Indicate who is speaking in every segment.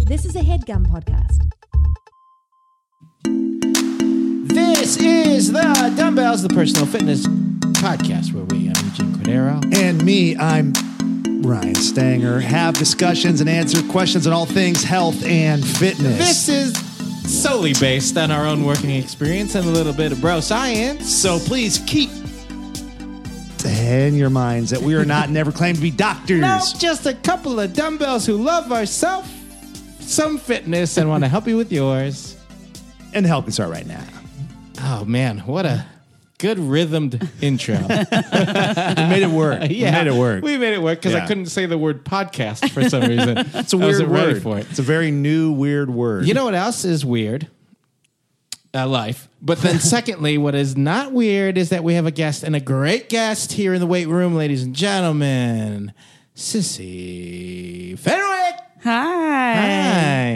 Speaker 1: This is a headgum podcast.
Speaker 2: This is the Dumbbells, the personal fitness podcast where we, uh, I'm Eugene Cordero.
Speaker 3: And me, I'm Ryan Stanger. Have discussions and answer questions on all things health and fitness.
Speaker 2: This is solely based on our own working experience and a little bit of bro science.
Speaker 3: so please keep in your minds that we are not never claimed to be doctors.
Speaker 2: No, just a couple of dumbbells who love ourselves, some fitness, and want to help you with yours.
Speaker 3: And help me start right now.
Speaker 2: Oh man, what a good rhythmed intro.
Speaker 3: We made it work. We made it work.
Speaker 2: We made it work because I
Speaker 3: Yeah.
Speaker 2: couldn't say the word podcast for some reason.
Speaker 3: it's a weird word.
Speaker 2: for it.
Speaker 3: It's a very new weird word.
Speaker 2: You know what else is weird? Uh, life. But then, secondly, what is not weird is that we have a guest and a great guest here in the weight room, ladies and gentlemen. Sissy Fenwick.
Speaker 4: Hi.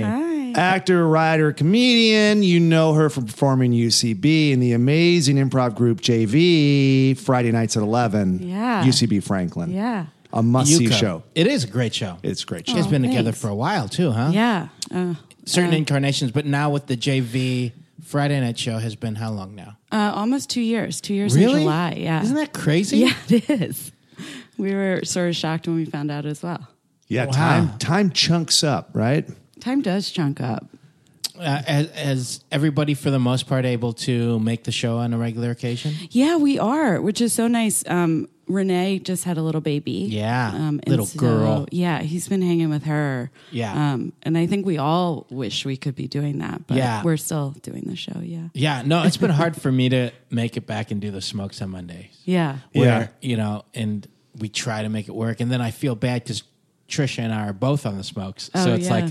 Speaker 2: Hi.
Speaker 3: actor, writer, comedian. You know her from performing UCB in the amazing improv group JV Friday nights at 11.
Speaker 4: Yeah.
Speaker 3: UCB Franklin.
Speaker 4: Yeah.
Speaker 3: A must see
Speaker 2: Yuka.
Speaker 3: show.
Speaker 2: It is a great show.
Speaker 3: It's a great show.
Speaker 2: She's been together
Speaker 4: Oh, thanks.
Speaker 2: for a while too, huh?
Speaker 4: Yeah. Uh,
Speaker 2: Certain incarnations, but now with the JV Friday night show has been how long now?
Speaker 4: uh, almost two years. Two years in July. Yeah.
Speaker 2: Isn't that crazy?
Speaker 4: Yeah, it is. We were sort of shocked when we found out as well.
Speaker 3: Yeah,
Speaker 2: Oh, Wow.
Speaker 3: time time chunks up, right?
Speaker 4: Time does chunk up.
Speaker 2: Uh, as, as everybody for the most part able to make the show on a regular occasion?
Speaker 4: Yeah, we are, which is so nice. Um, Renee just had a little baby. Um,
Speaker 2: Yeah,
Speaker 4: and
Speaker 2: little girl.
Speaker 4: Yeah, he's been hanging with her.
Speaker 2: Yeah.
Speaker 4: Um, and I think we all wish we could be doing that, but
Speaker 2: Yeah.
Speaker 4: we're still doing the show. Yeah.
Speaker 2: Yeah, no, it's been hard for me to make it back and do the smokes on Mondays.
Speaker 4: Yeah.
Speaker 2: Where, you know, and we try to make it work. And then I feel bad because Trisha and I are both on the smokes. so
Speaker 4: Oh,
Speaker 2: it's
Speaker 4: yeah.
Speaker 2: like,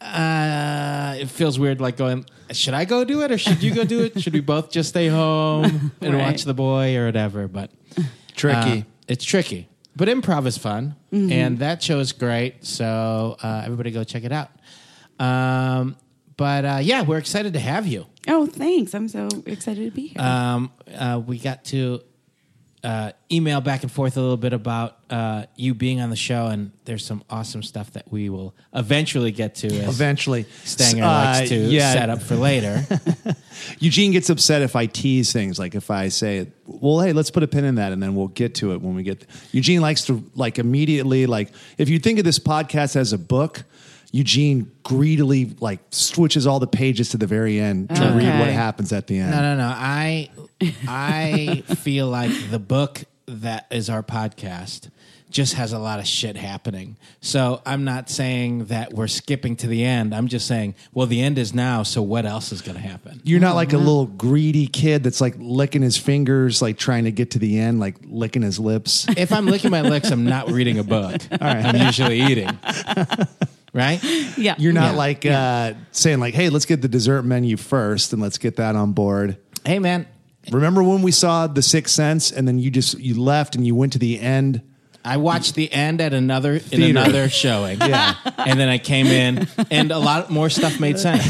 Speaker 2: uh, it feels weird like going, should I go do it or should you go do it? should we both just stay home and
Speaker 4: Right.
Speaker 2: watch the boy or whatever? But
Speaker 3: Tricky.
Speaker 2: uh, it's tricky. But improv is fun,
Speaker 4: Mm-hmm.
Speaker 2: and that show is great. So uh, everybody go check it out. Um, but uh, yeah, we're excited to have you.
Speaker 4: Oh, thanks. I'm so excited to be here.
Speaker 2: um, uh, we got to uh, email back and forth a little bit about uh, you being on the show, and there's some awesome stuff that we will eventually get to. As
Speaker 3: Eventually,
Speaker 2: Stanger
Speaker 3: Uh,
Speaker 2: likes to
Speaker 3: yeah.
Speaker 2: set up for later.
Speaker 3: Eugene gets upset if I tease things, like if I say, "Well, hey, let's put a pin in that, and then we'll get to it when we get." Eugene likes to like immediately, like if you think of this podcast as a book, Eugene greedily like switches all the pages to the very end to read what
Speaker 4: Okay.
Speaker 3: happens at the end.
Speaker 2: no, no, no. I I feel like the book that is our podcast just has a lot of shit happening. So I'm not saying that we're skipping to the end. I'm just saying, well, the end is now. So what else is going to happen?
Speaker 3: You're not like a little greedy kid that's like licking his fingers, like trying to get to the end, like licking his lips.
Speaker 2: if I'm licking my lips, I'm not reading a book. I'm usually eating. Right?
Speaker 4: yeah.
Speaker 3: You're not
Speaker 2: Yeah.
Speaker 3: like uh, saying like, "Hey, let's get the dessert menu first, and let's get that on board."
Speaker 2: Hey, man,
Speaker 3: Remember when we saw The Sixth Sense, and then you just you left and you went to the end.
Speaker 2: I watched the end at another in
Speaker 3: Theater.
Speaker 2: another showing. Yeah. And then I came in, and a lot more stuff made sense.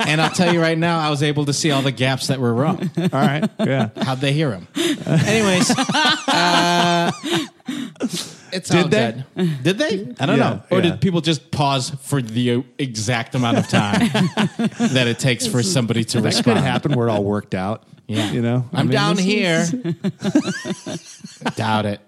Speaker 2: and I'll tell you right now, I was able to see all the gaps that were wrong.
Speaker 3: All right, yeah.
Speaker 2: How'd they hear him? Anyways. Uh, it's all
Speaker 3: Did they?
Speaker 2: good. Did they? I don't
Speaker 3: Yeah,
Speaker 2: know. Or
Speaker 3: yeah.
Speaker 2: did people just pause for the exact amount of time that it takes for somebody to
Speaker 3: That could
Speaker 2: respond?
Speaker 3: happen. We're all worked out.
Speaker 2: Yeah.
Speaker 3: you know. I
Speaker 2: I'm
Speaker 3: mean,
Speaker 2: down
Speaker 3: this
Speaker 2: here. Doubt it.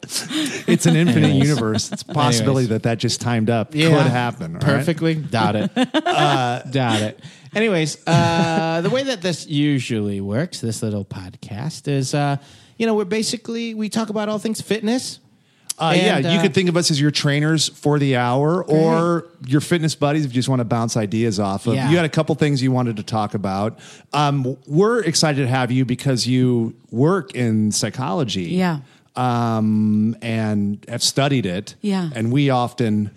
Speaker 3: It's an infinite
Speaker 2: Anyways.
Speaker 3: universe. It's a possibility
Speaker 2: Anyways.
Speaker 3: that that just timed up. Could happen. all right?
Speaker 2: Perfectly. Doubt it. Uh, Doubt it. Anyways, uh, the way that this usually works, this little podcast, is uh, you know, we're basically, we talk about all things fitness.
Speaker 3: Uh, yeah,
Speaker 2: And,
Speaker 3: you
Speaker 2: uh,
Speaker 3: could think of us as your trainers for the hour, or your fitness buddies if you just want to bounce ideas off of.
Speaker 2: Yeah.
Speaker 3: You had a couple things you wanted to talk about. Um, we're excited to have you because you work in psychology.
Speaker 4: Yeah.
Speaker 3: um, and have studied it.
Speaker 4: Yeah.
Speaker 3: And we often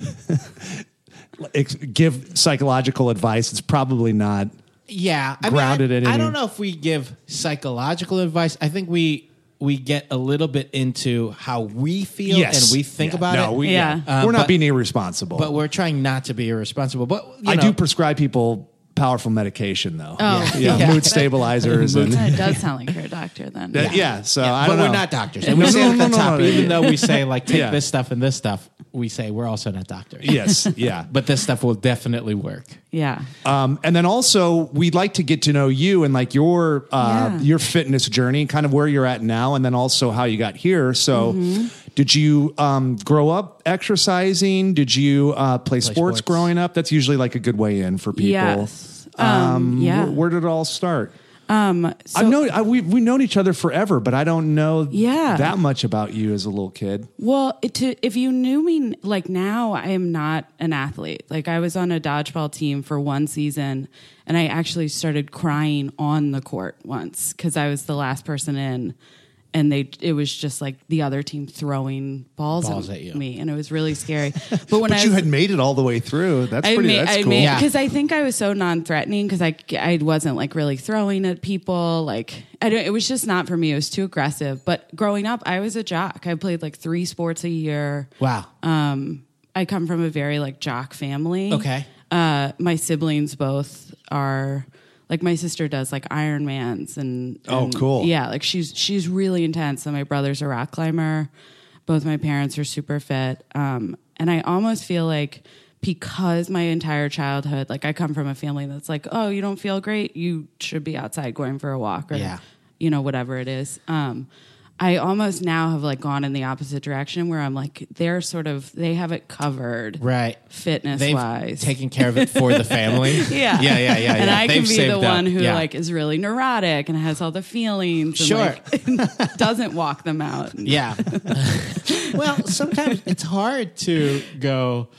Speaker 3: ex- give psychological advice. It's probably not.
Speaker 2: Yeah. I
Speaker 3: Grounded
Speaker 2: mean,
Speaker 3: in
Speaker 2: I, I
Speaker 3: any-
Speaker 2: don't know if we give psychological advice. I think we we get a little bit into how we feel
Speaker 3: Yes.
Speaker 2: and we think
Speaker 3: Yeah.
Speaker 2: about
Speaker 3: no,
Speaker 2: it.
Speaker 3: We,
Speaker 4: Yeah.
Speaker 3: yeah.
Speaker 2: Uh,
Speaker 3: we're not
Speaker 2: but-
Speaker 3: being irresponsible.
Speaker 2: but we're trying not to be irresponsible. But you
Speaker 3: I
Speaker 2: know,
Speaker 3: do prescribe people powerful medication though.
Speaker 4: Oh.
Speaker 3: Yeah.
Speaker 2: Yeah.
Speaker 3: Mood stabilizers. and,
Speaker 4: It does sound like you're a doctor then.
Speaker 3: That- yeah. so I
Speaker 2: but
Speaker 3: don't
Speaker 2: we're
Speaker 3: know.
Speaker 2: not doctors. And we say it at the top, even though we say like take
Speaker 3: Yeah.
Speaker 2: this stuff and this stuff. we say we're also not doctors.
Speaker 3: Yes, yeah.
Speaker 2: But this stuff will definitely work.
Speaker 4: Yeah.
Speaker 3: Um, and then also, we'd like to get to know you and like your uh,
Speaker 4: Yeah.
Speaker 3: your fitness journey, kind of where you're at now, and then also how you got here. So, did you um, grow up exercising? Did you uh, play, sports,
Speaker 2: sports.
Speaker 3: growing up? That's usually like a good way in for people.
Speaker 4: Yes. Um, yeah.
Speaker 3: Where, where did it all start?
Speaker 4: um, so
Speaker 3: I've known I, we've we've known each other forever, but I don't know
Speaker 4: Yeah.
Speaker 3: that much about you as a little kid.
Speaker 4: Well, it, to, if you knew me, like now, I am not an athlete. Like I was on a dodgeball team for one season, and I actually started crying on the court once because I was the last person in, and they it was just like the other team throwing balls,
Speaker 2: Balls at you.
Speaker 4: me, and it was really scary. But when
Speaker 3: But
Speaker 4: I
Speaker 3: you
Speaker 4: was,
Speaker 3: had made it all the way through. That's
Speaker 4: I
Speaker 3: pretty.
Speaker 4: made,
Speaker 3: that's
Speaker 4: I
Speaker 3: cool.
Speaker 4: made
Speaker 2: Yeah.
Speaker 4: because I think I was so non-threatening because I I wasn't like really throwing at people. Like I don't. It was just not for me. It was too aggressive. But growing up, I was a jock. I played like three sports a year.
Speaker 2: Wow.
Speaker 4: Um, I come from a very like jock family.
Speaker 2: Okay.
Speaker 4: Uh, my siblings both are like my sister does like Ironmans and,
Speaker 3: Oh,
Speaker 4: and-
Speaker 3: cool.
Speaker 4: Yeah, like she's she's really intense. And my brother's a rock climber. Both my parents are super fit. Um, and I almost feel like because my entire childhood, like I come from a family that's like, oh, you don't feel great, you should be outside going for a walk or
Speaker 2: Yeah.
Speaker 4: you know whatever it is um i almost now have like gone in the opposite direction where i'm like they're sort of they have it covered
Speaker 2: Right.
Speaker 4: fitness
Speaker 2: They've
Speaker 4: wise
Speaker 2: taken care of it for the family.
Speaker 4: yeah
Speaker 2: Yeah, yeah, yeah.
Speaker 4: and
Speaker 2: yeah.
Speaker 4: i
Speaker 2: They've
Speaker 4: can be
Speaker 2: saved
Speaker 4: the
Speaker 2: up.
Speaker 4: one who
Speaker 2: Yeah.
Speaker 4: like is really neurotic and has all the feelings
Speaker 2: Sure.
Speaker 4: and like, doesn't walk them out
Speaker 2: Yeah. well, sometimes it's hard to go.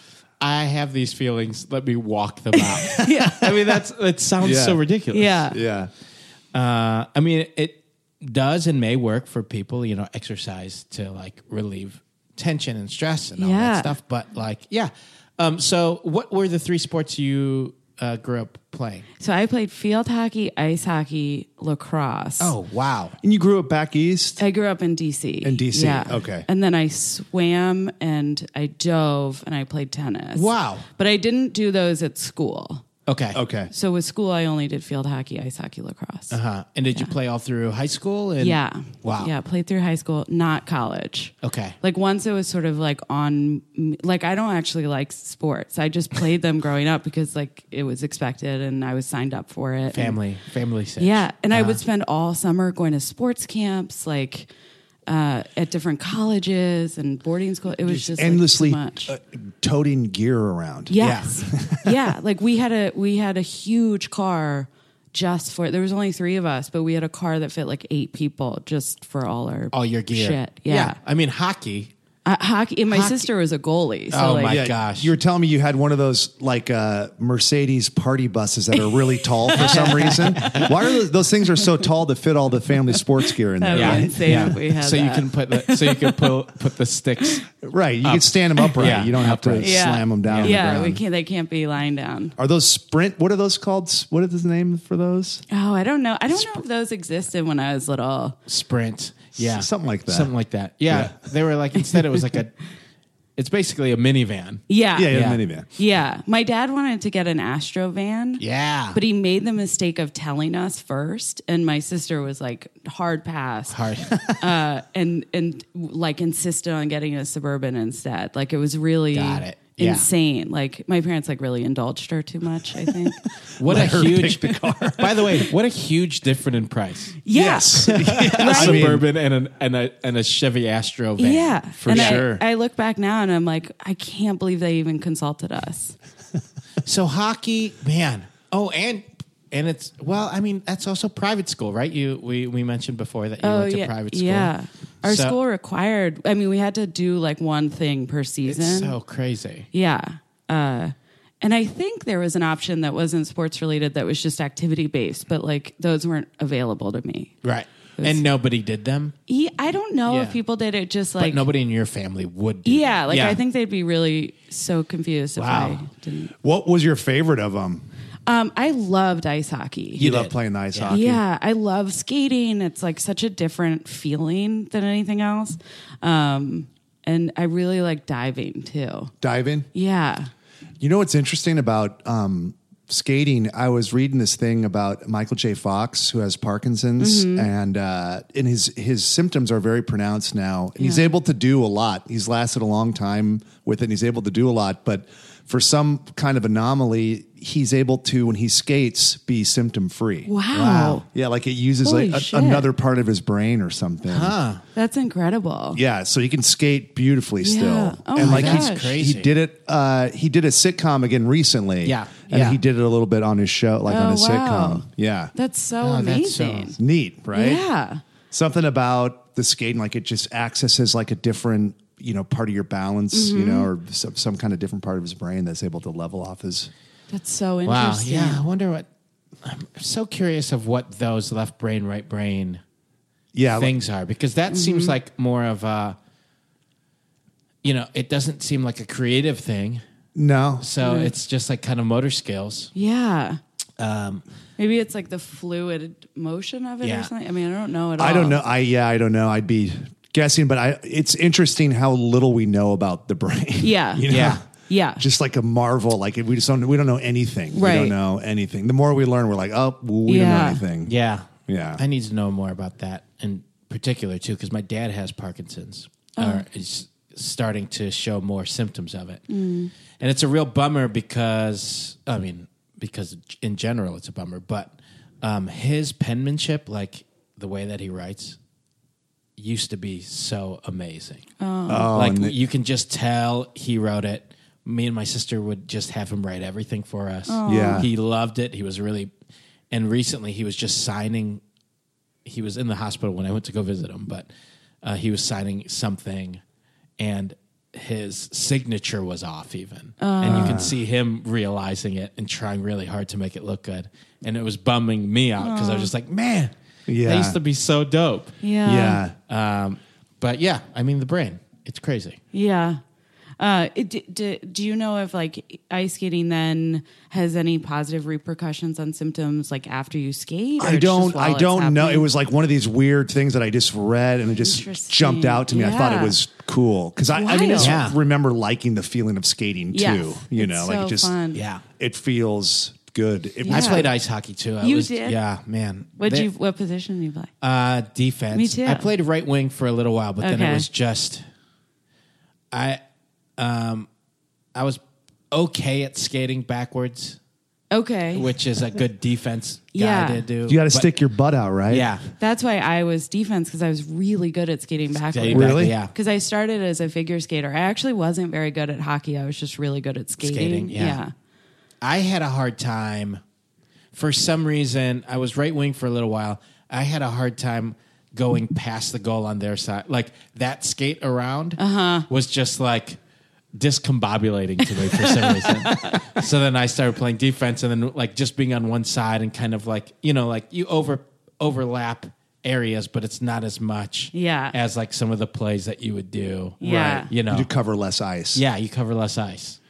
Speaker 2: I have these feelings. Let me walk them out. yeah. I mean, that's that sounds
Speaker 3: Yeah.
Speaker 2: so ridiculous.
Speaker 4: yeah
Speaker 3: Yeah.
Speaker 2: Uh, I mean, it does and may work for people. You know, exercise to like relieve tension and stress and all that
Speaker 4: Yeah.
Speaker 2: stuff. But like, yeah. Um, so, what were the three sports you uh, grew up playing?
Speaker 4: so i played field hockey ice hockey lacrosse
Speaker 2: Oh, wow.
Speaker 3: And you grew up back east.
Speaker 4: I grew up in DC.
Speaker 3: In DC, okay.
Speaker 4: And then I swam and I dove and I played tennis.
Speaker 2: Wow.
Speaker 4: But I didn't do those at school.
Speaker 2: Okay.
Speaker 3: Okay.
Speaker 4: So with school, I only did field hockey, ice hockey, lacrosse.
Speaker 2: Uh-huh. And did you play all through high school? And
Speaker 4: Yeah.
Speaker 2: Wow.
Speaker 4: Yeah, played through high school, not college.
Speaker 2: Okay.
Speaker 4: Like once it was sort of like on, like I don't actually like sports. I just played them growing up because like it was expected and I was signed up for it. And-
Speaker 2: Family, Uh-huh. family sense.
Speaker 4: Yeah, and I would spend all summer going to sports camps, like uh, at different colleges and boarding school. It was just, like,
Speaker 3: endlessly
Speaker 4: too much.
Speaker 3: uh, toting gear around.
Speaker 4: yes, yeah. Like we had a we had a huge car just for there was only three of us, but we had a car that fit like eight people just for all our
Speaker 2: All your gear.
Speaker 4: Shit, yeah.
Speaker 2: I mean, hockey.
Speaker 4: Uh, hockey. And my sister was a goalie, so
Speaker 2: Oh,
Speaker 4: like
Speaker 2: my
Speaker 3: Yeah,
Speaker 2: gosh.
Speaker 3: You were telling me you had one of those like uh, Mercedes party buses that are really tall for some reason. Why are those, those things are so tall to fit all the family sports gear in there?
Speaker 4: Yeah.
Speaker 3: Right?
Speaker 4: insane if we had
Speaker 2: so you
Speaker 4: that.
Speaker 2: can put the, so you can put put the sticks.
Speaker 3: Right. You can stand them upright.
Speaker 2: Yeah,
Speaker 3: You don't have to
Speaker 2: upright.
Speaker 4: yeah.
Speaker 3: slam them down.
Speaker 4: Yeah,
Speaker 3: on the
Speaker 4: we
Speaker 3: ground.
Speaker 4: can't. They can't be lying down.
Speaker 3: Are those sprint? What are those called? S- What is the name for those?
Speaker 4: Oh, I don't know. I don't know if those existed when I was little.
Speaker 2: sprint. Yeah.
Speaker 3: something like that.
Speaker 2: Something like that. Yeah. They were like instead it was like a it's basically a minivan.
Speaker 4: Yeah,
Speaker 3: Yeah, yeah,
Speaker 2: Ah, Yeah.
Speaker 3: minivan.
Speaker 4: Yeah. My dad wanted to get an Astro van.
Speaker 2: Yeah.
Speaker 4: But he made the mistake of telling us first. And my sister was like, hard pass.
Speaker 2: Hard.
Speaker 4: Uh, and, and like insisted on getting a Suburban instead. Like it was really
Speaker 2: Got it. Yeah.
Speaker 4: insane. Like my parents like really indulged her too much, I think.
Speaker 2: What a huge By the way, what a huge difference in price.
Speaker 4: yes.
Speaker 2: A
Speaker 4: Right?
Speaker 2: suburban and an and a and a Chevy Astro van.
Speaker 4: Yeah.
Speaker 2: For
Speaker 4: and I-
Speaker 2: sure.
Speaker 4: I look back now and I'm like, I can't believe they even consulted us.
Speaker 2: so hockey, man. Oh, and and it's well, I mean, that's also private school, right? You we we mentioned before that you went to private school.
Speaker 4: Oh, Yeah. Our
Speaker 2: So-
Speaker 4: school required, I mean, we had to do like one thing per season.
Speaker 2: So crazy.
Speaker 4: yeah. Uh, and I think there was an option that wasn't sports related that was just activity based, but like those weren't available to me.
Speaker 2: Right. And nobody did them.
Speaker 4: E- I don't know
Speaker 2: Yeah.
Speaker 4: if people did it just
Speaker 2: But
Speaker 4: like,
Speaker 2: nobody in your family would do
Speaker 4: yeah,
Speaker 2: them.
Speaker 4: like I think they'd be really so confused if
Speaker 2: Wow.
Speaker 4: I didn't.
Speaker 3: What was your favorite of them?
Speaker 4: Um, I loved ice hockey.
Speaker 3: You,
Speaker 2: did.
Speaker 3: love playing the ice hockey.
Speaker 4: Yeah, I love skating. It's like such a different feeling than anything else. Um, and I really like diving too.
Speaker 3: Diving.
Speaker 4: Yeah.
Speaker 3: You know what's interesting about um, skating, I was reading this thing about Michael J. Fox who has Parkinson's,
Speaker 4: Mm-hmm.
Speaker 3: and uh, and his his symptoms are very pronounced now. And He's able to do a lot. He's lasted a long time with it. And he's able to do a lot, but for some kind of anomaly, he's able to when he skates be symptom free.
Speaker 4: Wow.
Speaker 3: Yeah, like it uses
Speaker 4: Holy
Speaker 3: like a,
Speaker 4: shit.
Speaker 3: another part of his brain or something.
Speaker 4: That's incredible.
Speaker 3: Yeah, so he can skate beautifully
Speaker 4: Yeah.
Speaker 3: still.
Speaker 4: Oh
Speaker 3: and
Speaker 4: my
Speaker 3: like he's
Speaker 4: gosh.
Speaker 2: Crazy.
Speaker 3: He did it uh he did a sitcom again recently.
Speaker 2: Yeah.
Speaker 3: And
Speaker 2: Yeah.
Speaker 3: he did it a little bit on his show, like on
Speaker 4: Oh,
Speaker 3: his
Speaker 4: wow.
Speaker 3: sitcom. Yeah.
Speaker 4: That's so
Speaker 2: Oh, that
Speaker 4: amazing.
Speaker 2: sounds-
Speaker 3: neat, right?
Speaker 4: Yeah.
Speaker 3: Something about the skating, like it just accesses like a different you know, part of your balance,
Speaker 4: Mm-hmm.
Speaker 3: you know, or some, some kind of different part of his brain that's able to level off his.
Speaker 4: That's so
Speaker 2: Wow.
Speaker 4: interesting.
Speaker 2: Yeah. I wonder what. I'm so curious of what those left brain, right brain
Speaker 3: Yeah, like- Mm-hmm.
Speaker 2: things are because that seems like more of a. You know, it doesn't seem like a creative thing.
Speaker 3: no,
Speaker 2: So it's just like kind of motor skills.
Speaker 4: Yeah.
Speaker 2: Um,
Speaker 4: Maybe it's like the fluid motion of it
Speaker 2: Yeah.
Speaker 4: or something. I mean, I don't know at all.
Speaker 3: I don't know. I yeah, I don't know. I'd be guessing, but I. It's interesting how little we know about the brain.
Speaker 4: Yeah.
Speaker 3: You know?
Speaker 2: Yeah.
Speaker 4: Yeah.
Speaker 3: Just like a marvel, like we just don't we don't know anything. We
Speaker 4: Right.
Speaker 3: don't know anything. The more we learn, we're like, oh, well, we
Speaker 4: Yeah.
Speaker 3: don't know anything.
Speaker 2: yeah.
Speaker 3: Mm-hmm. Yeah.
Speaker 2: I need to know more about that in particular too, because my dad has Parkinson's or is starting to show more symptoms of it, and it's a real bummer because I mean, because in general it's a bummer, but um, his penmanship, like the way that he writes, used to be so amazing.
Speaker 3: Oh,
Speaker 2: like you can just tell he wrote it. Me and my sister would just have him write everything for us.
Speaker 3: Yeah.
Speaker 2: he loved it. He was really, and recently he was just signing. He was in the hospital when I went to go visit him, but uh, he was signing something, and his signature was off even, and
Speaker 3: Oh.
Speaker 2: you can see him realizing it and trying really hard to make it look good. And it was bumming me out because I was just like, man,
Speaker 3: Yeah.
Speaker 2: that used to be so dope.
Speaker 4: Yeah.
Speaker 3: Yeah.
Speaker 2: Um, but yeah, I mean the brain, it's crazy.
Speaker 4: Yeah. Uh, it, d- d- do you know if like ice skating then has any positive repercussions on symptoms like after you skate? or
Speaker 3: I
Speaker 4: it's just
Speaker 3: don't.
Speaker 4: while
Speaker 3: I
Speaker 4: it's
Speaker 3: don't know. It
Speaker 4: happening?
Speaker 3: was like one of these weird things that I just read, and it just
Speaker 4: Interesting.
Speaker 3: jumped out to me. I thought it
Speaker 4: Yeah.
Speaker 3: was cool because I, I mean, I
Speaker 4: Wild.
Speaker 3: just
Speaker 2: Yeah.
Speaker 3: remember liking the feeling of skating
Speaker 4: Yes.
Speaker 3: too. You
Speaker 4: It's
Speaker 3: know, like
Speaker 4: so
Speaker 3: it just
Speaker 4: fun.
Speaker 2: Yeah.
Speaker 3: it feels good. It
Speaker 4: Yeah.
Speaker 2: I played ice hockey too. I
Speaker 4: You
Speaker 2: was,
Speaker 4: did?
Speaker 2: yeah, man.
Speaker 4: What
Speaker 2: They-
Speaker 4: you? What position do you play?
Speaker 2: Uh, defense.
Speaker 4: Me too.
Speaker 2: I played right wing for a little while, but then
Speaker 4: Okay.
Speaker 2: it was just, I, um, I was okay at skating backwards,
Speaker 4: Okay,
Speaker 2: which is a good defense guy
Speaker 4: Yeah.
Speaker 2: to do.
Speaker 3: You got to
Speaker 2: But-
Speaker 3: stick your butt out, right?
Speaker 2: Yeah.
Speaker 4: that's why I was defense because I was really good at skating
Speaker 2: Stay
Speaker 4: backwards.
Speaker 2: back,
Speaker 3: Really?
Speaker 2: Yeah.
Speaker 4: Because I started as a figure skater. I actually wasn't very good at hockey. I was just really good at skating.
Speaker 2: Skating, yeah. I had a hard time for some reason. I was right wing for a little while. I had a hard time going past the goal on their side. Like that skate around
Speaker 4: Uh-huh.
Speaker 2: was just like discombobulating to me for some reason. so then I started playing defense and then like just being on one side and kind of like, you know, like you over overlap areas, but it's not as much
Speaker 4: Yeah.
Speaker 2: as like some of the plays that you would do.
Speaker 4: Yeah.
Speaker 2: You know.
Speaker 3: You cover less ice.
Speaker 2: yeah, you cover less ice.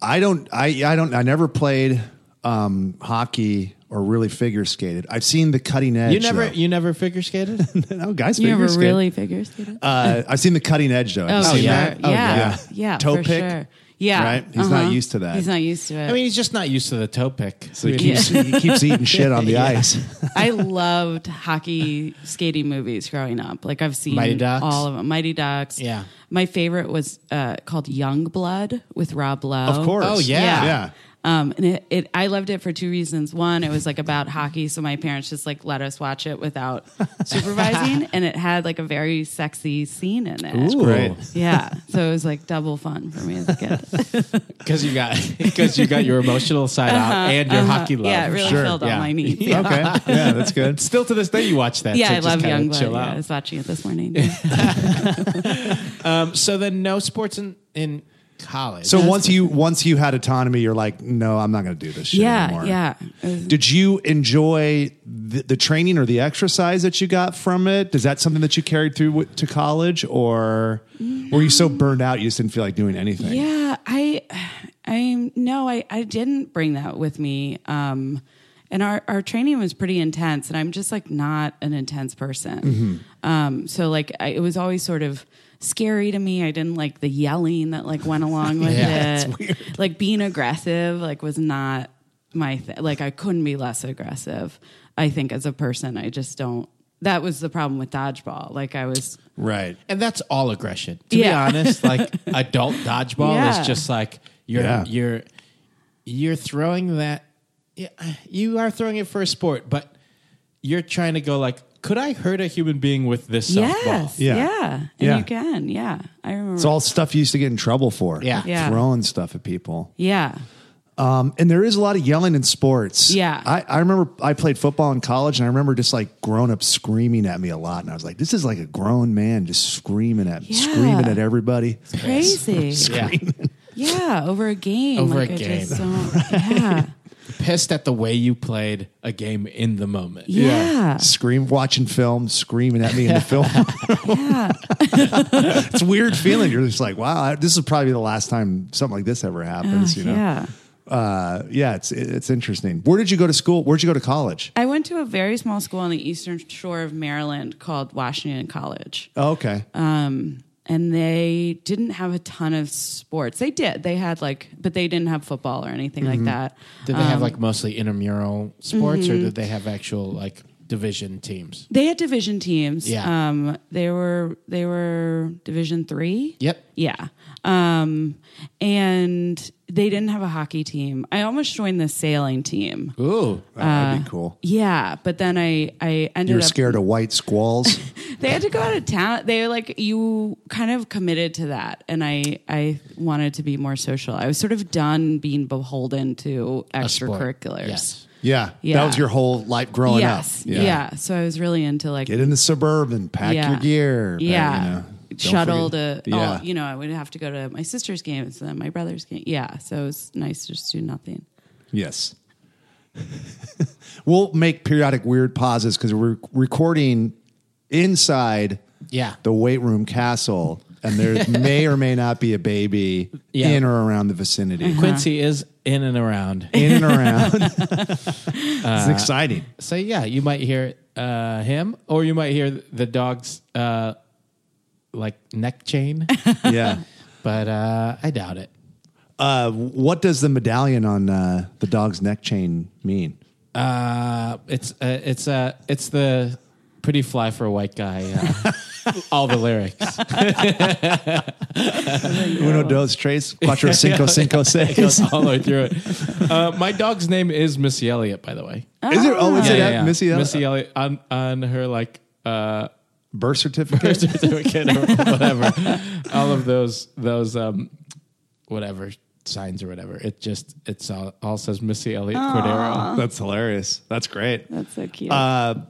Speaker 3: I don't. I I don't. I never played um, hockey or really figure skated. I've seen the cutting edge.
Speaker 2: You never
Speaker 3: though.
Speaker 2: you never figure skated?
Speaker 3: no, guys.
Speaker 4: You
Speaker 3: figure
Speaker 4: ever
Speaker 3: skate.
Speaker 4: really figure skated?
Speaker 3: Uh, I've seen the cutting edge though. Have you
Speaker 4: oh,
Speaker 3: seen
Speaker 4: sure.
Speaker 3: that?
Speaker 4: Yeah. yeah.
Speaker 3: Toe
Speaker 4: for
Speaker 3: pick.
Speaker 4: sure. Yeah. Uh-huh.
Speaker 3: Right? He's not used to that.
Speaker 4: He's not used to it.
Speaker 2: I mean, he's just not used to the toe pick.
Speaker 3: So he keeps he keeps eating shit on the ice.
Speaker 4: I loved hockey skating movies growing up. Like I've seen
Speaker 2: Mighty Ducks?
Speaker 4: all of them. Mighty Ducks.
Speaker 2: Yeah.
Speaker 4: My favorite was uh, called Young Blood with Rob Lowe.
Speaker 3: Of course.
Speaker 2: Oh, yeah.
Speaker 3: Yeah.
Speaker 4: Um, and it, it, I loved it for two reasons. One, it was like about hockey, so my parents just like let us watch it without supervising, and it had like a very sexy scene in it.
Speaker 3: Great.
Speaker 4: Yeah, so it was like double fun for me as a kid.
Speaker 2: because you got because you got your emotional side out and your hockey love.
Speaker 4: Uh-huh. yeah, it really
Speaker 3: Sure,
Speaker 4: filled all
Speaker 2: yeah.
Speaker 4: my needs. Yeah,
Speaker 3: Okay. Yeah, that's good.
Speaker 2: Still to this day, you watch that.
Speaker 4: Yeah,
Speaker 2: to
Speaker 4: I
Speaker 2: just
Speaker 4: love
Speaker 2: kinda
Speaker 4: Young Blood.
Speaker 2: Chill
Speaker 4: Yeah, I
Speaker 2: out.
Speaker 4: was watching it this morning.
Speaker 2: Um, so then, no sports in in college.
Speaker 3: So once you once you had autonomy, you're like, no, I'm not going to do this shit
Speaker 4: yeah,
Speaker 3: anymore.
Speaker 4: yeah. It was-
Speaker 3: Did you enjoy the, the training or the exercise that you got from it? Is that something that you carried through with, to college, or were you so burned out you just didn't feel like doing anything?
Speaker 4: Yeah, I, I no, I I didn't bring that with me. Um, and our our training was pretty intense, and I'm just like not an intense person. Um, so like I, it was always sort of scary to me. I didn't like the yelling that like went along with
Speaker 2: Yeah,
Speaker 4: it. Like being aggressive, like was not. my thing. Like I couldn't be less aggressive. I think as a person, I just don't. That was the problem with dodgeball. Like I was
Speaker 3: Right.
Speaker 2: And that's all aggression. To
Speaker 4: Yeah.
Speaker 2: be honest, like adult dodgeball
Speaker 4: Yeah.
Speaker 2: is just like you're
Speaker 3: Yeah.
Speaker 2: you're you're throwing that yeah, you are throwing it for a sport, but you're trying to go like could I hurt a human being with this softball?
Speaker 4: yes,
Speaker 3: Yeah.
Speaker 4: yeah, and
Speaker 3: Yeah.
Speaker 4: you can, yeah. I remember,
Speaker 3: It's all stuff you used to get in trouble for.
Speaker 2: Yeah.
Speaker 4: Yeah.
Speaker 3: Throwing stuff at people. Um,
Speaker 4: yeah,
Speaker 3: and there is a lot of yelling in sports.
Speaker 4: Yeah.
Speaker 3: I, I remember I played football in college and I remember just like grown up screaming at me a lot. And I was like, this is like a grown man just screaming at
Speaker 4: Yeah.
Speaker 3: screaming at everybody.
Speaker 4: crazy,
Speaker 2: Yeah.
Speaker 4: yeah, over a game,
Speaker 2: Over
Speaker 4: like
Speaker 2: a
Speaker 4: I
Speaker 2: game.
Speaker 4: just don't, yeah,
Speaker 2: Pissed at the way you played a game in the moment.
Speaker 4: yeah,
Speaker 3: Scream watching film, screaming at me in the film.
Speaker 4: yeah.
Speaker 3: it's a weird feeling. You're just like, wow, I, this is probably the last time something like this ever happens,
Speaker 4: Oh,
Speaker 3: you know?
Speaker 4: yeah.
Speaker 3: Uh, yeah, it's it's interesting. Where did you go to school? Where'd you go to college?
Speaker 4: I went to a very small school on the eastern shore of Maryland called Washington College.
Speaker 3: Oh, okay.
Speaker 4: Um, and they didn't have a ton of sports. They did. They had like, but they didn't have football or anything
Speaker 3: Mm-hmm.
Speaker 4: like that.
Speaker 2: Did they
Speaker 4: Um,
Speaker 2: have like mostly intramural sports
Speaker 4: mm-hmm.
Speaker 2: or did they have actual like division teams?
Speaker 4: They had division teams.
Speaker 2: Yeah.
Speaker 4: Um, they were they were division three.
Speaker 2: Yep.
Speaker 4: Yeah. Um, and they didn't have a hockey team. I almost joined the sailing team.
Speaker 2: Ooh.
Speaker 3: Oh, that'd be cool.
Speaker 4: Yeah, but then I I ended
Speaker 3: You were
Speaker 4: up
Speaker 3: scared of white squalls.
Speaker 4: they had to go out of town. They were like you kind of committed to that, and I I wanted to be more social. I was sort of done being beholden to
Speaker 2: a sport.
Speaker 4: extracurriculars.
Speaker 2: Yes.
Speaker 3: yeah. That
Speaker 4: Yeah.
Speaker 3: was your whole life growing
Speaker 4: Yes.
Speaker 3: up.
Speaker 4: Yeah. So I was really into like
Speaker 3: get in the suburban, pack your gear.
Speaker 4: Yeah.
Speaker 3: you know. Don't
Speaker 4: Shuttle to,
Speaker 3: forget-
Speaker 4: oh,
Speaker 3: yeah.
Speaker 4: you know, I would have to go to my sister's games and then my brother's game. Yeah. So it was nice to just do nothing.
Speaker 3: Yes. we'll make periodic weird pauses because we're recording inside
Speaker 2: Yeah.
Speaker 3: the weight room castle, and there may or may not be a baby
Speaker 2: Yeah.
Speaker 3: in or around the
Speaker 4: Uh-huh.
Speaker 3: vicinity.
Speaker 2: Quincy is in and around.
Speaker 3: in and around. it's exciting.
Speaker 2: So yeah, you might hear uh, him, or you might hear the dog's uh, like neck chain,
Speaker 3: Yeah.
Speaker 2: but uh, I doubt it.
Speaker 3: Uh, what does the medallion on uh, the dog's neck chain mean?
Speaker 2: Uh, it's uh, it's uh, it's the pretty fly for a white guy. Uh, all the lyrics. Uh,
Speaker 3: Uno, dos, tres, cuatro, cinco, cinco,
Speaker 2: It
Speaker 3: seis.
Speaker 2: goes all the way through it. Uh, my dog's name is Missy Elliott, by the way.
Speaker 3: Is it? Oh, is it
Speaker 2: Yeah, yeah,
Speaker 3: at
Speaker 2: yeah.
Speaker 3: Missy? Elliott?
Speaker 2: Missy Elliott on on her like uh,
Speaker 3: birth certificate.
Speaker 2: birth certificate or whatever. all of those those um whatever signs or whatever. It just it's all, all says Missy Elliott Cordero.
Speaker 3: That's hilarious. That's great. Uh,
Speaker 4: That's so cute.